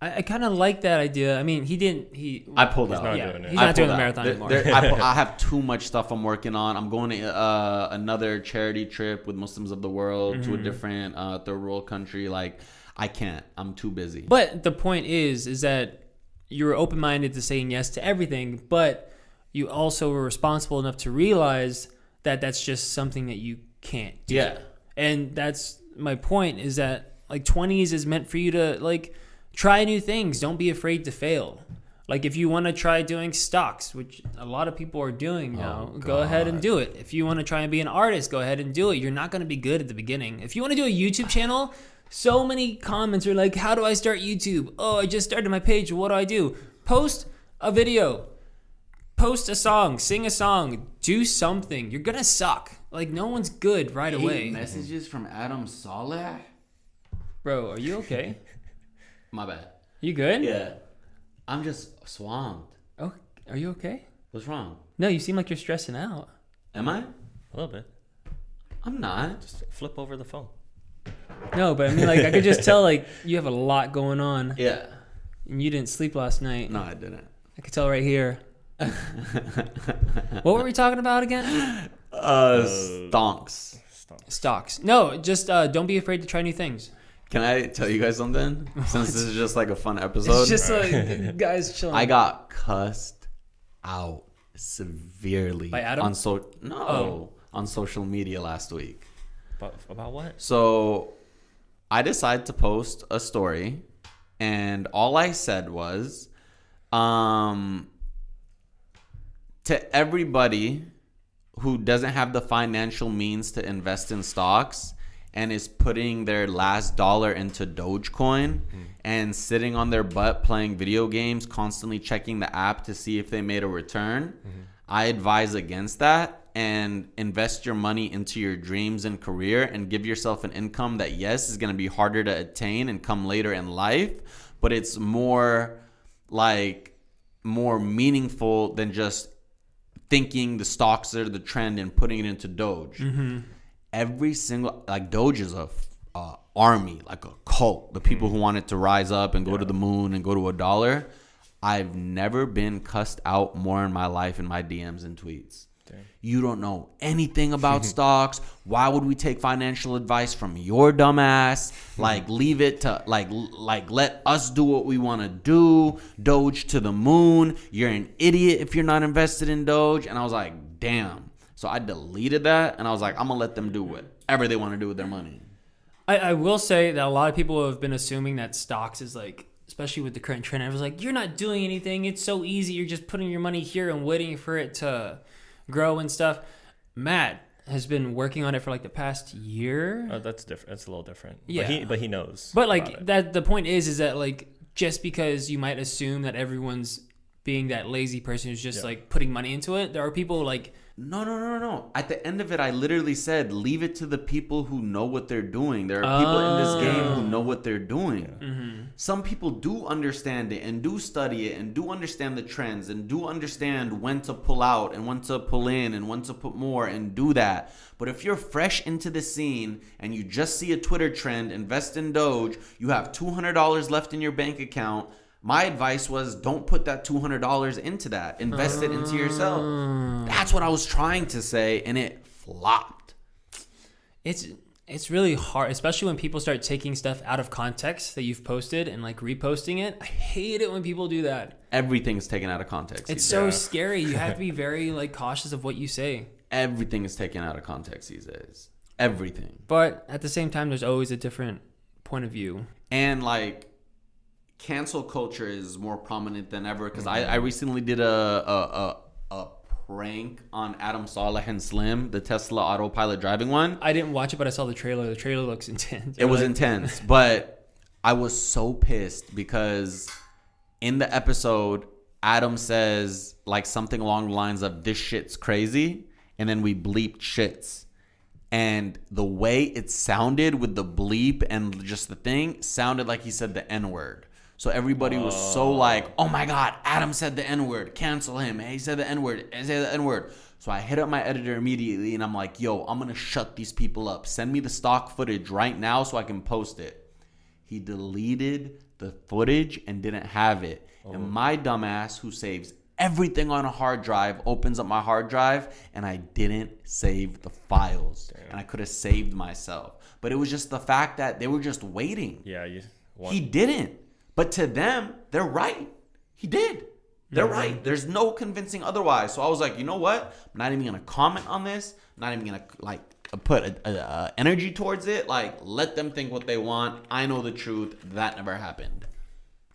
i, I kind of like that idea i mean he didn't he
I pulled
not
out.
yeah,
doing it.
he's
I
not doing
pulled
the
out.
marathon
There-
anymore
there- I, pull- I have too much stuff I'm working on. I'm going to uh, another charity trip with Muslims of the world to
Mm-hmm.
a different uh, third world country. Like, I can't. I'm too busy.
but the point is is that you were open-minded to saying yes to everything but you also were responsible enough to realize that that's just something that you can't do
yeah,
and that's my point is that like 20s is meant for you to like try new things don't be afraid to fail like if you want to try doing stocks which a lot of people are doing now go ahead and do it if you want to try and be an artist go ahead and do it you're not going to be good at the beginning if you want to do a youtube channel so many comments are like how do i start youtube oh i just started my page what do i do post a video post a song sing a song do something you're gonna suck like no one's good right away
messages from Adam Saleh.
Bro, are you okay?
My bad.
You good?
Yeah, I'm just swamped.
Oh, are you okay?
What's wrong?
No, you seem like you're stressing out.
Am I?
A little bit.
I'm not.
Flip over the phone.
No, but I mean, like, I could just tell, like, you have a lot going on,
Yeah.
and you didn't sleep last night.
No, I didn't.
I could tell right here. What were we talking about again?
Uh, stonks.
Stocks. No, just uh, don't be afraid to try new things.
Can I tell you guys something? Since this is just like a fun episode,
It's just like guys chilling.
I got cussed out severely
By Adam?
on so no on social media last week.
About, about what?
So I decided to post a story, and all I said was, um, to everybody who doesn't have the financial means to invest in stocks and is putting their last dollar into Dogecoin and sitting on their butt playing video games, constantly checking the app to see if they made a return, I advise against that and invest your money into your dreams and career and give yourself an income that, yes, is going to be harder to attain and come later in life, but it's more like more meaningful than just thinking the stocks are the trend and putting it into Doge. Every single like Doge is a f- uh, army, like a cult. The people who wanted to rise up and go to the moon and go to a dollar. I've never been cussed out more in my life in my DMs and tweets. You don't know anything about stocks. Why would we take financial advice from your dumbass? Like, leave it to like, l- like let us do what we want to do. Doge to the moon. You're an idiot if you're not invested in Doge. And I was like, damn. So I deleted that, and I was like, I'm gonna let them do whatever they want to do with their money.
I, I will say that a lot of people have been assuming that stocks is like, especially with the current trend. I was like, you're not doing anything. It's so easy. You're just putting your money here and waiting for it to grow and stuff. Matt has been working on it for like the past year.
Oh, that's different. That's a little different.
Yeah.
But he, but he knows.
But
about
like
it.
that, the point is, is that like just because you might assume that everyone's being that lazy person who's just like putting money into it, there are people like
No, no, no, no, no. At the end of it, I literally said, leave it to the people who know what they're doing. There are people in this game who know what they're doing. Some people do understand it and do study it and do understand the trends and do understand when to pull out and when to pull in and when to put more and do that. But if you're fresh into the scene and you just see a Twitter trend, invest in Doge, you have $200 left in your bank account. My advice was don't put that $200 into that. Invest it into yourself.
Mm.
That's what I was trying to say, and it flopped.
it's it's really hard, especially when people start taking stuff out of context that you've posted and like reposting it. I hate it when people do that.
Everything's taken out of context.
It's
He's
so scary. You have to be very like cautious of what you say.
everything is taken out of context these days. Everything.
But at the same time, there's always a different point of view.
And like cancel culture is more prominent than ever because I, I recently did a, a a a prank on Adam Saleh and Slim, the Tesla autopilot driving one.
I didn't watch it, but I saw the trailer. The trailer looks intense.
It was intense, but I was so pissed because in the episode, Adam says like something along the lines of "this shit's crazy," and then we bleeped shits, and the way it sounded with the bleep and just the thing sounded like he said the n word. So everybody was so like, "Oh my god, Adam said the n word. Cancel him. He said the n word. He said the n word." So I hit up my editor immediately, and I'm like, "Yo, I'm gonna shut these people up. Send me the stock footage right now so I can post it." He deleted the footage and didn't have it. And my dumbass, who saves everything on a hard drive, opens up my hard drive and I didn't save the files. And I could have saved myself. But it was just the fact that they were just waiting.
Yeah, you. One,
He didn't. But to them, they're right. He did. They're right. There's no convincing otherwise. So I was like, you know what? I'm not even gonna comment on this. I'm not even gonna like put a, a, a energy towards it. Like, let them think what they want. I know the truth. That never happened.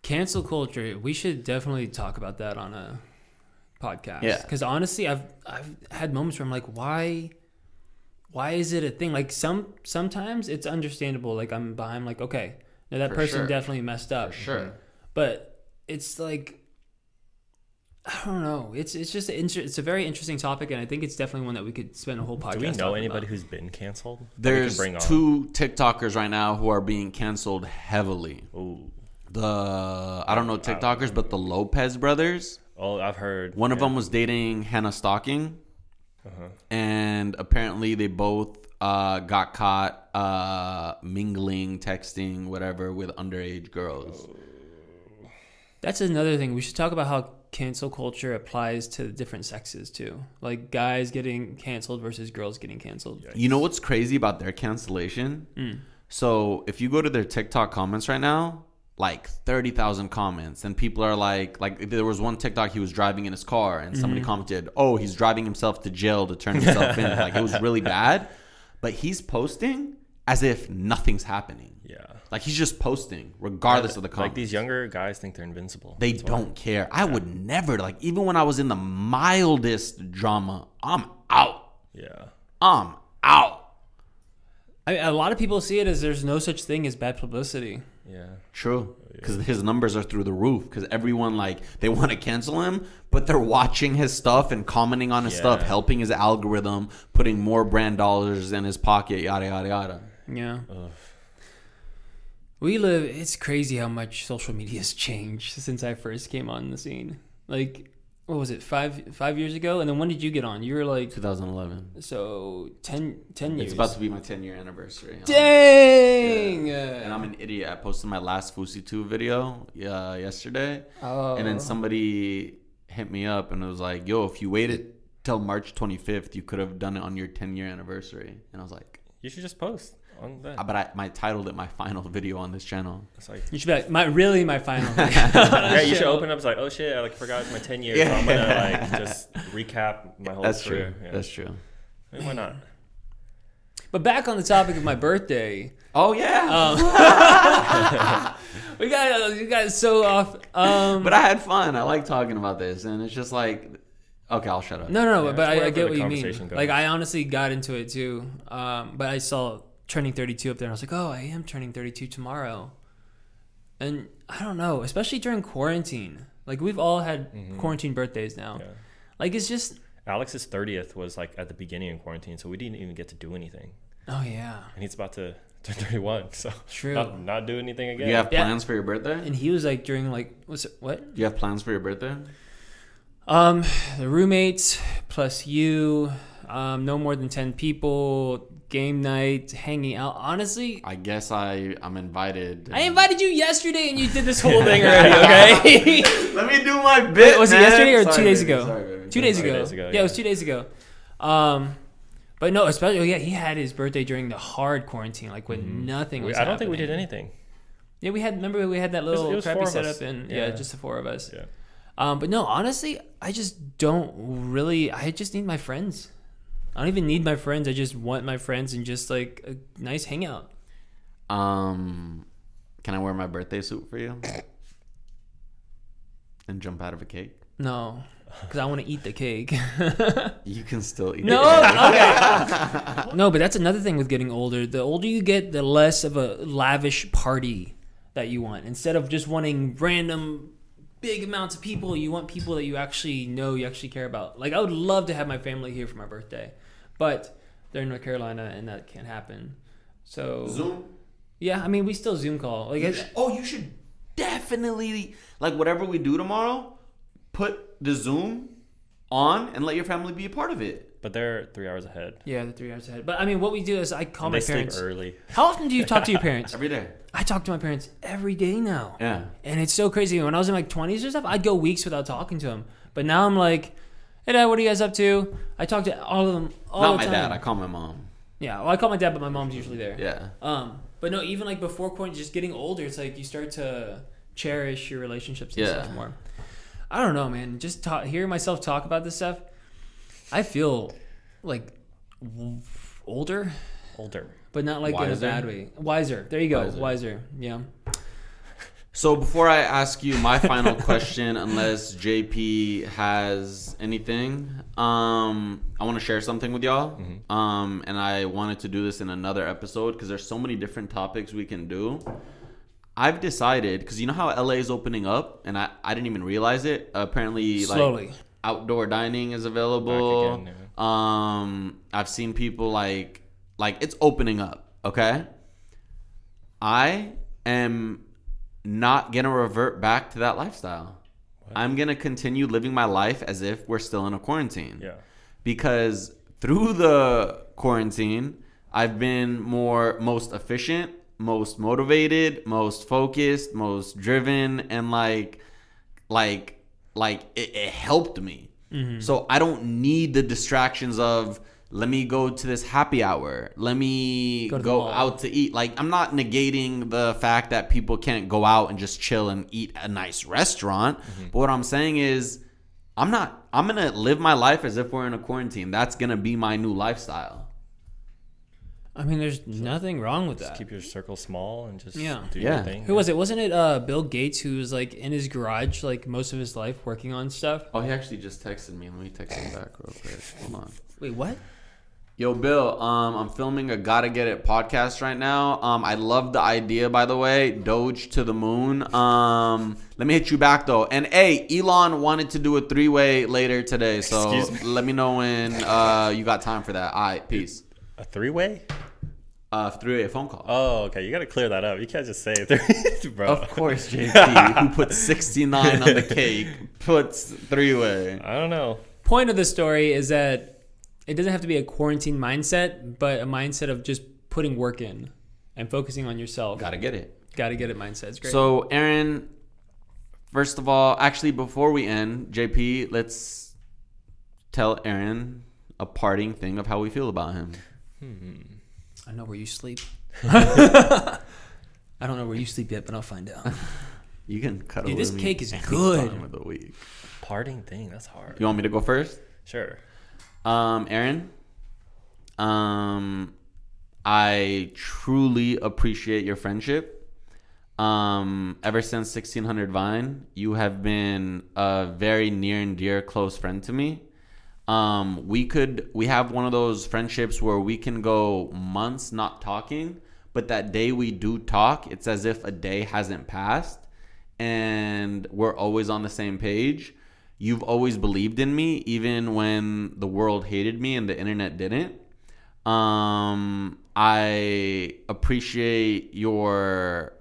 Cancel culture. We should definitely talk about that on a podcast.
Yeah.
Because honestly, I've I've had moments where I'm like, why, why is it a thing? Like some sometimes it's understandable. Like I'm behind. Like okay, no, that
For
person
sure.
definitely messed up.
Sure.
But it's like. I don't know. It's it's just an inter- it's a very interesting topic, and I think it's definitely one that we could spend a whole podcast.
do we know
talking
anybody
about.
who's been canceled? that we can
There's
bring on?
two TikTokers right now who are being canceled heavily.
Ooh.
The I don't know TikTokers, but the Lopez brothers.
Oh, I've heard.
One of them was dating Hannah Stocking, and apparently they both uh, got caught uh, mingling, texting, whatever, with underage girls.
That's another thing. We should talk about how cancel culture applies to different sexes too. Like guys getting canceled versus girls getting canceled.
You know what's crazy about their cancellation? So if you go to their TikTok comments right now, like thirty thousand comments, and people are like, like there was one TikTok he was driving in his car, and somebody commented, "Oh, he's driving himself to jail to turn himself in." Like it was really bad, but he's posting as if nothing's happening.
Yeah.
Like he's just posting, regardless of the comments.
Like these younger guys think they're invincible.
they don't care. I would never like even when I was in the mildest drama, I'm out.
yeah.
I'm out.
I mean, a lot of people see it as there's no such thing as bad publicity.
Yeah.
True, because his numbers are through the roof. Because everyone like they want to cancel him, but they're watching his stuff and commenting on his stuff,
Yeah.
helping his algorithm, putting more brand dollars in his pocket, yada yada yada.
Yeah. We live. It's crazy how much social media has changed since I first came on the scene. Like, what was it? Five five years ago. And then when did you get on? You were like
2011.
so 10, 10 years.
It's about to be my 10 year anniversary.
Dang.
and I'm an idiot. I posted my last Fusi Two video uh, yesterday,
Oh.
and then somebody hit me up and was like, "Yo, if you waited till March 25th, you could have done it on your 10 year anniversary." And I was like,
You should just post on that.
"Ah, "But I, my titled it my final video on this channel."
It's like.
you should be like my really my final.
Yeah, you should open up. It's like, oh shit, I like forgot it's my ten years. So I'm gonna like just recap
Oh,
my whole
That's
career.
true.
Yeah.
That's true.
I mean, why not?
But back on the topic of my birthday,
Oh yeah,
Um, we got we got so off. Um,
but I had fun. I like talking about this, and it's just like. Okay, I'll shut up.
No, no, no,
Yeah,
but
it's
I, I
wherever
get
the
what you mean.
conversation goes.
Like I honestly got into it too, um, but I saw turning 32 up there, and I was like, oh, I am turning 32 tomorrow, and I don't know, especially during quarantine. Like we've all had quarantine birthdays now.
Mm-hmm. Yeah.
Like it's just,
Alex's 30th was like at the beginning of quarantine, so we didn't even get to do anything.
oh yeah,
And he's about to turn 31, so
True.
Not, not do anything
Do
again.
you have
Yeah.
plans for your birthday?
and he was like during like what's it, what?
Do you have plans for your birthday?
Um, the roommates plus you, um, no more than 10 people, game night, hanging out. Honestly,
I guess I I'm invited.
I invited you yesterday and you did this whole thing already, okay?
Let me do my bit.
was it
man.
yesterday or two
Sorry,
days
baby.
ago?
Sorry, baby.
two days
Two
ago.
days ago,
Yeah, it was
yeah.
two days ago. Um, but no, especially oh, yeah, he had his birthday during the hard quarantine, like when nothing
Mm-hmm. We-
was.
I don't think we did
happening.
anything.
Yeah, we had. Remember, we had that little
it was
crappy
four of
setup,
us.
and yeah.
Yeah.
just the four of us.
Yeah.
Um, but no, honestly, I just don't really. I just need my friends. I don't even need my friends. I just want my friends and just like a nice hangout.
Um, can I wear my birthday suit for you? And jump out of a cake.
No, because I want to eat the cake.
You can still eat.
No,
it.
okay. no, but that's another thing with getting older. The older you get, the less of a lavish party that you want. Instead of just wanting random big amounts of people, you want people that you actually know, you actually care about. Like I would love to have my family here for my birthday, but they're in North Carolina and that can't happen. So
Zoom.
yeah, I mean we still Zoom call. Like
You sh-
it's,
oh, you should definitely like whatever we do tomorrow. Put the Zoom on and let your family be a part of it.
But they're three hours ahead.
yeah, the three hours ahead. But I mean, what we do is I call
they
my
sleep
parents.
early.
How often do you talk to your parents?
Every day.
I talk to my parents every day now.
Yeah.
And it's so crazy. When I was in like 20s or stuff, I'd go weeks without talking to him. But now I'm like, hey, dad, what are you guys up to? I talk to all of them all
Not
the
my
time.
dad. I call my mom.
yeah, well, I call my dad, but my mom's usually there.
Yeah.
Um, but no, even like before quarantine, just getting older, it's like you start to cherish your relationships and
Yeah.
stuff more. I don't know, man. Just ta hearing myself talk about this stuff, I feel like w- older,
Older.
but not like
Wiser?
in a bad way. Wiser. There you go.
Wiser.
Wiser. Yeah.
So before I ask you my final question, unless JP has anything, um, I want to share something with y'all.
Mm-hmm.
Um, and I wanted to do this in another episode because there's so many different topics we can do. I've decided because you know how LA is opening up, and I, I didn't even realize it. Apparently,
Slowly.
like outdoor dining is
Back
available.
again, yeah.
Um, I've seen people like like it's opening up. Okay, I am not gonna revert back to that lifestyle. I'm gonna continue living my life as if we're still in a quarantine.
Yeah.
Because through the quarantine, I've been more most efficient, most motivated, most focused, most driven, and like like like it, it helped me
Mm-hmm.
so i don't need the distractions of let me go to this happy hour let me
Go
go,
to the mall.
out to eat like i'm not negating the fact that people can't go out and just chill and eat a nice restaurant
Mm-hmm.
but what i'm saying is i'm not i'm gonna live my life as if we're in a quarantine that's gonna be my new lifestyle
I mean, there's nothing wrong with that.
Keep your circle small and just
Yeah.
do
Yeah.
your thing.
Who was it? Wasn't it uh, Bill Gates who was like in his garage like most of his life working on stuff?
oh he actually just texted me let me text him back real quick hold on
Wait, what?
Yo, Bill, um, I'm filming a Gotta Get It podcast right now. Um, I love the idea, by the way. Doge to the moon. Um, let me hit you back, though. And hey, Elon wanted to do a three way later today. So
Excuse me.
let me know when uh, you got time for that. All right, peace.
A three way?
Uh, three way phone call.
Oh, okay. You got to clear that up. You can't just say three, bro.
Of course, JP, who put 69 on the cake, puts three way.
I don't know.
Point of the story is that it doesn't have to be a quarantine mindset, but a mindset of just putting work in and focusing on yourself.
Gotta get it.
Got to get it mindset. It's great.
So, Aaron, first of all, actually, before we end, JP, let's tell Aaron a parting thing of how we feel about him.
I know where you sleep. I don't know where you sleep yet, but I'll find out.
You can cut
Dude,
away
this
me
cake is
any
good.
time of the week.
Parting thing. That's hard.
You want me to go first?
Sure.
Um, Aaron, um, I truly appreciate your friendship. Um, ever since 1600 Vine, you have been a very near and dear close friend to me. um, we could we have one of those friendships where we can go months not talking, but that day we do talk, it's as if a day hasn't passed, and we're always on the same page. You've always believed in me, even when the world hated me and the internet didn't. Um, I appreciate your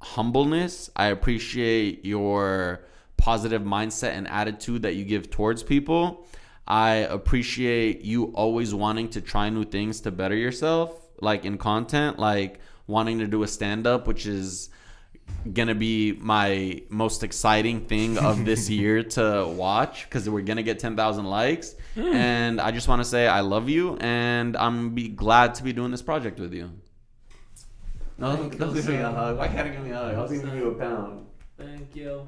humbleness. I appreciate your positive mindset and attitude that you give towards people. I appreciate you always wanting to try new things to better yourself, like in content, like wanting to do a stand up, which is gonna be my most exciting thing of this year to watch because we're gonna get 10,000 likes. And I just want to say I love you, and I'm be glad to be doing this project with you. No,
Thank don't you, give me a sir. hug.
Why can't you give me a hug? I was
gonna give you
a pound.
Thank you.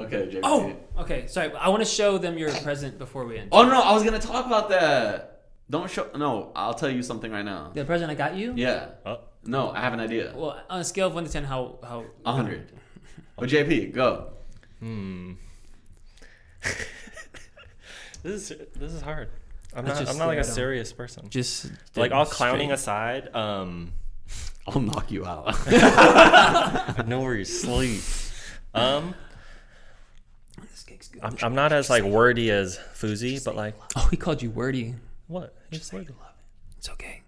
Okay, JP.
Oh, okay. Sorry, I want to show them your present before we end.
Oh no, I was gonna talk about that. Don't show. No, I'll tell you something right now.
The present I got you.
Yeah.
Oh.
No, I have an idea.
Well, on a scale of one to ten, how how?
A hundred. But JP, go.
Hmm. this is this is hard. I'm
That's
not.
just
I'm not like a
straight on.
serious person.
Just
like all clowning
straight-
aside. Um.
I'll knock you out.
I know where you sleep. Um.
This gig's good.
I'm, I'm not as like wordy as Fuzi, but like
Oh, he called you wordy.
what? Just like,
It's okay.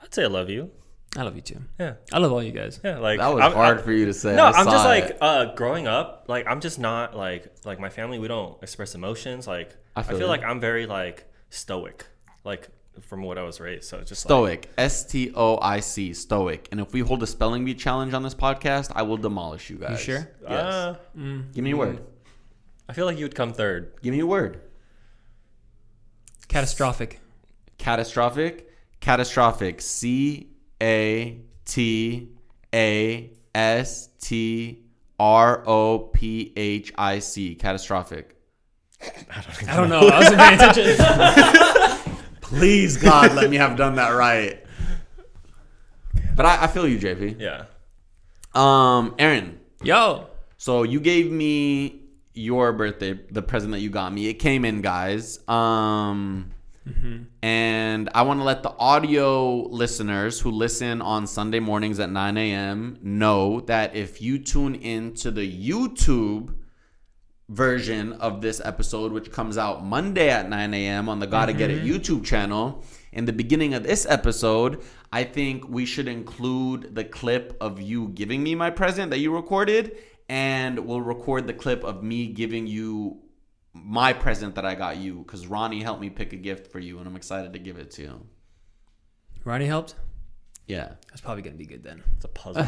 I'd say I love you.
I love you too.
Yeah.
I love all you guys.
Yeah. Like
that was
I'm-
hard
I'm-
for you to say.
No,
I
I'm just
saw it.
like uh, growing up. Like I'm just not like like my family. We don't express emotions. Like
I
I
feel
feel,
you.
like I'm very like stoic. Like from what I was raised. So it's just like,
stoic. S T O I C. Stoic. And if we hold a spelling bee challenge on this podcast, I will demolish you guys.
sure?
Yes.
uh, mm.
Give me a word.
I feel like you would come third.
Give me a word.
Catastrophic.
Catastrophic. Catastrophic. C A T A S T R O P H I C. Catastrophic.
I don't know. I wasn't paying attention.
Please, God, let me have done that right. But I, I feel you, JP.
Yeah.
Um, Aaron,
Yo.
so you gave me your birthday, the present that you got me. It came in, guys. Um, and I want to let the audio listeners who listen on Sunday mornings at 9 a.m. know that if you tune in to the YouTube version of this episode, which comes out Monday at 9 a.m. on the Gotta Get It YouTube channel. In the beginning of this episode, I think we should include the clip of you giving me my present that you recorded, and we'll record the clip of me giving you my present that I got you because Ronnie helped me pick a gift for you, and I'm excited to give it to you.
Ronnie helped.
Yeah.
That's probably gonna be good then.
It's a puzzle.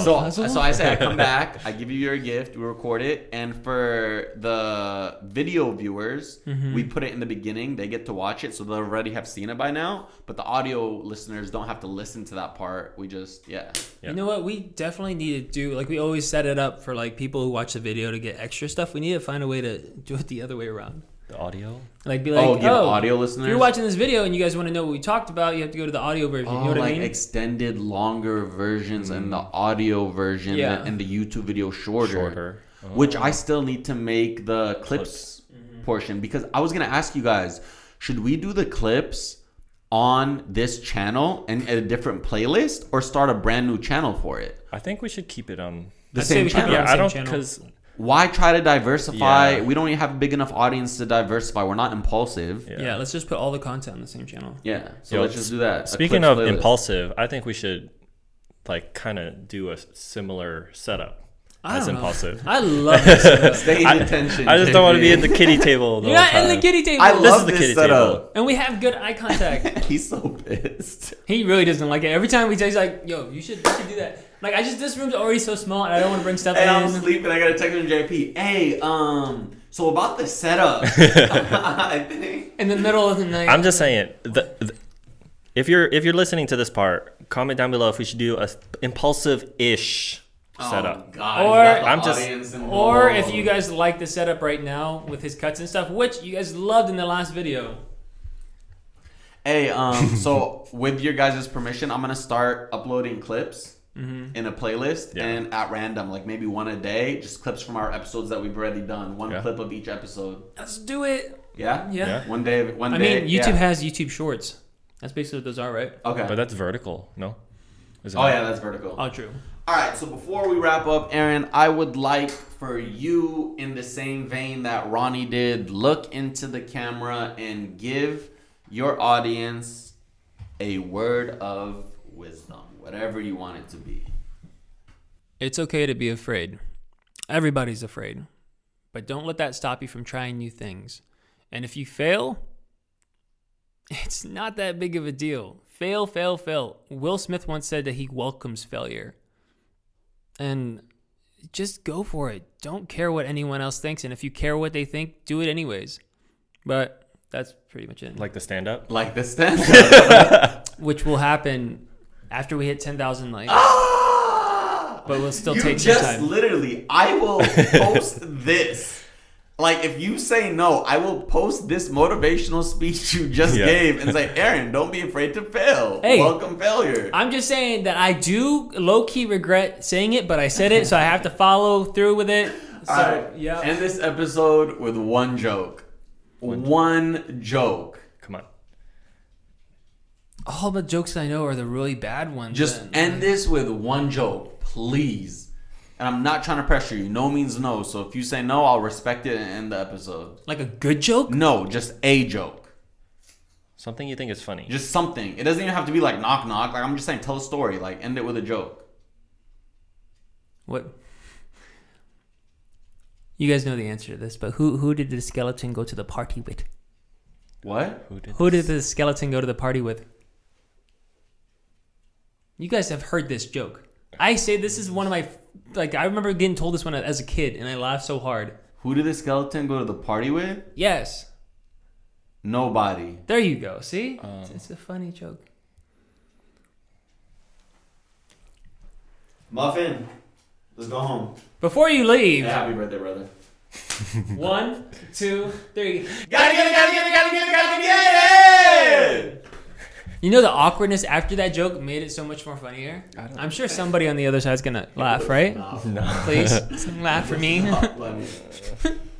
So, so I say I come back, I give you your gift, we record it, and for the video viewers, we put it in the beginning. They get to watch it, so they already have seen it by now. But the audio listeners don't have to listen to that part. We just, yeah,
Yeah.
You know what? We definitely need to do like we always set it up for like people who watch the video to get extra stuff. We need to find a way to do it the other way around.
the audio.
Like be like,
Oh,
oh,
give audio
If
listeners?
you're watching this video and you guys want to know what we talked about, you have to go to the audio version. you know
Oh,
what
like
I mean?
extended, longer versions, and
Mm.
the audio version,
Yeah.
and the YouTube video shorter.
Shorter. Oh.
which I still need to make the clips
Mm-hmm.
portion because I was gonna ask you guys, should we do the clips on this channel and a different playlist, or start a brand new channel for it?
I think we should keep it on.
The
I'd say
same
we should
channel.
do it on the
Yeah, I
same
don't
channel.
because
Why try to diversify?
Yeah.
We don't even have a big enough audience to diversify. We're not impulsive. Yeah.
yeah. let's just put all the content on the same channel.
so
Yo,
let's just do that. a
Speaking
clips
of
playlist.
impulsive, I think we should like kind of do a s- similar setup
I
as
don't know.
impulsive.
I love this. setup.
stage
I,
attention.
I just don't want to be at
in
the kitty table. The
You're
whole
not in the
time.
kitty table.
I
This
love
is the
this
kitty
setup.
and we have good eye contact.
He's so pissed.
he really doesn't like it. Every time we text, like, yo, you should, you should do that. Like, I just this room's already so small, and I don't want to bring stuff
Hey,
in.
I'm sleeping. I got a text from JP. Hey, um, so about the setup, I think.
in the middle of the night.
I'm just saying, the, the, if you're if you're listening to this part, comment down below if we should do a impulsive ish
Oh,
setup.
God,
Or-
you got the
I'm just-
audience in the
Or if
hall.
you guys like the setup right now with his cuts and stuff, which you guys loved in the last video.
Hey, um, so with your guys' permission, I'm gonna start uploading clips
Mm-hmm.
in a playlist
Yeah.
and at random, like maybe one a day, just clips from our episodes that we've already done. One
Yeah.
clip of each episode.
Let's do it.
Yeah.
Yeah.
Yeah.
One day. One
I
day.
mean, YouTube
yeah.
has YouTube Shorts. That's basically what those are, right?
Okay.
But that's vertical, no? Is it
Oh
not?
yeah, that's vertical.
Oh, true.
All right, so before we wrap up, Aaron, I would like for you, in the same vein that Ronnie did, look into the camera and give your audience a word of wisdom, whatever you want it to be.
It's okay to be afraid. Everybody's afraid. But don't let that stop you from trying new things. And if you fail, it's not that big of a deal. Fail, fail, fail. Will Smith once said that he welcomes failure. And just go for it. Don't care what anyone else thinks. And if you care what they think, do it anyways. But that's pretty much it.
Like the stand up?
Like the stand.
Which will happen after we hit 10,000 likes. But we'll still
you
take some
just
time.
literally, I will post this. Like if you say no, I will post this motivational speech you just
Yeah.
gave and say, Aaron, don't be afraid to fail.
Hey.
Welcome failure.
I'm just saying that I do low key regret saying it, but I said it, so I have to follow through with it. So,
All right.
yeah.
End this episode with one joke. One, joke.
Come on.
All the jokes I know are the really bad ones.
Just
then.
end this with one joke, please. And I'm not trying to pressure you. No means no. So if you say no, I'll respect it and end the episode.
like a good joke.
No, just a joke.
Something you think is funny.
Just something. It doesn't even have to be like knock knock. Like I'm just saying, tell a story. Like end it with a joke.
What? You guys know the answer to this, but who who did the skeleton go to the party with?
What?
Who did
Who did the skeleton go to the party with? You guys have heard this joke. I say this is one of my like I remember getting told this one as a kid, and I laughed so hard.
Who did the skeleton go to the party with?
Yes.
Nobody.
There you go. See, it's, it's a funny joke.
Muffin. Let's go home.
Before you leave,
happy birthday, brother.
one, two, three.
Gotta get it, gotta get it, gotta get it, gotta get it!
You know the awkwardness after that joke made it so much more funnier. I'm sure somebody on the other side's gonna laugh, right?
Nah,
No.
Please, laugh for me.
fuck, let me-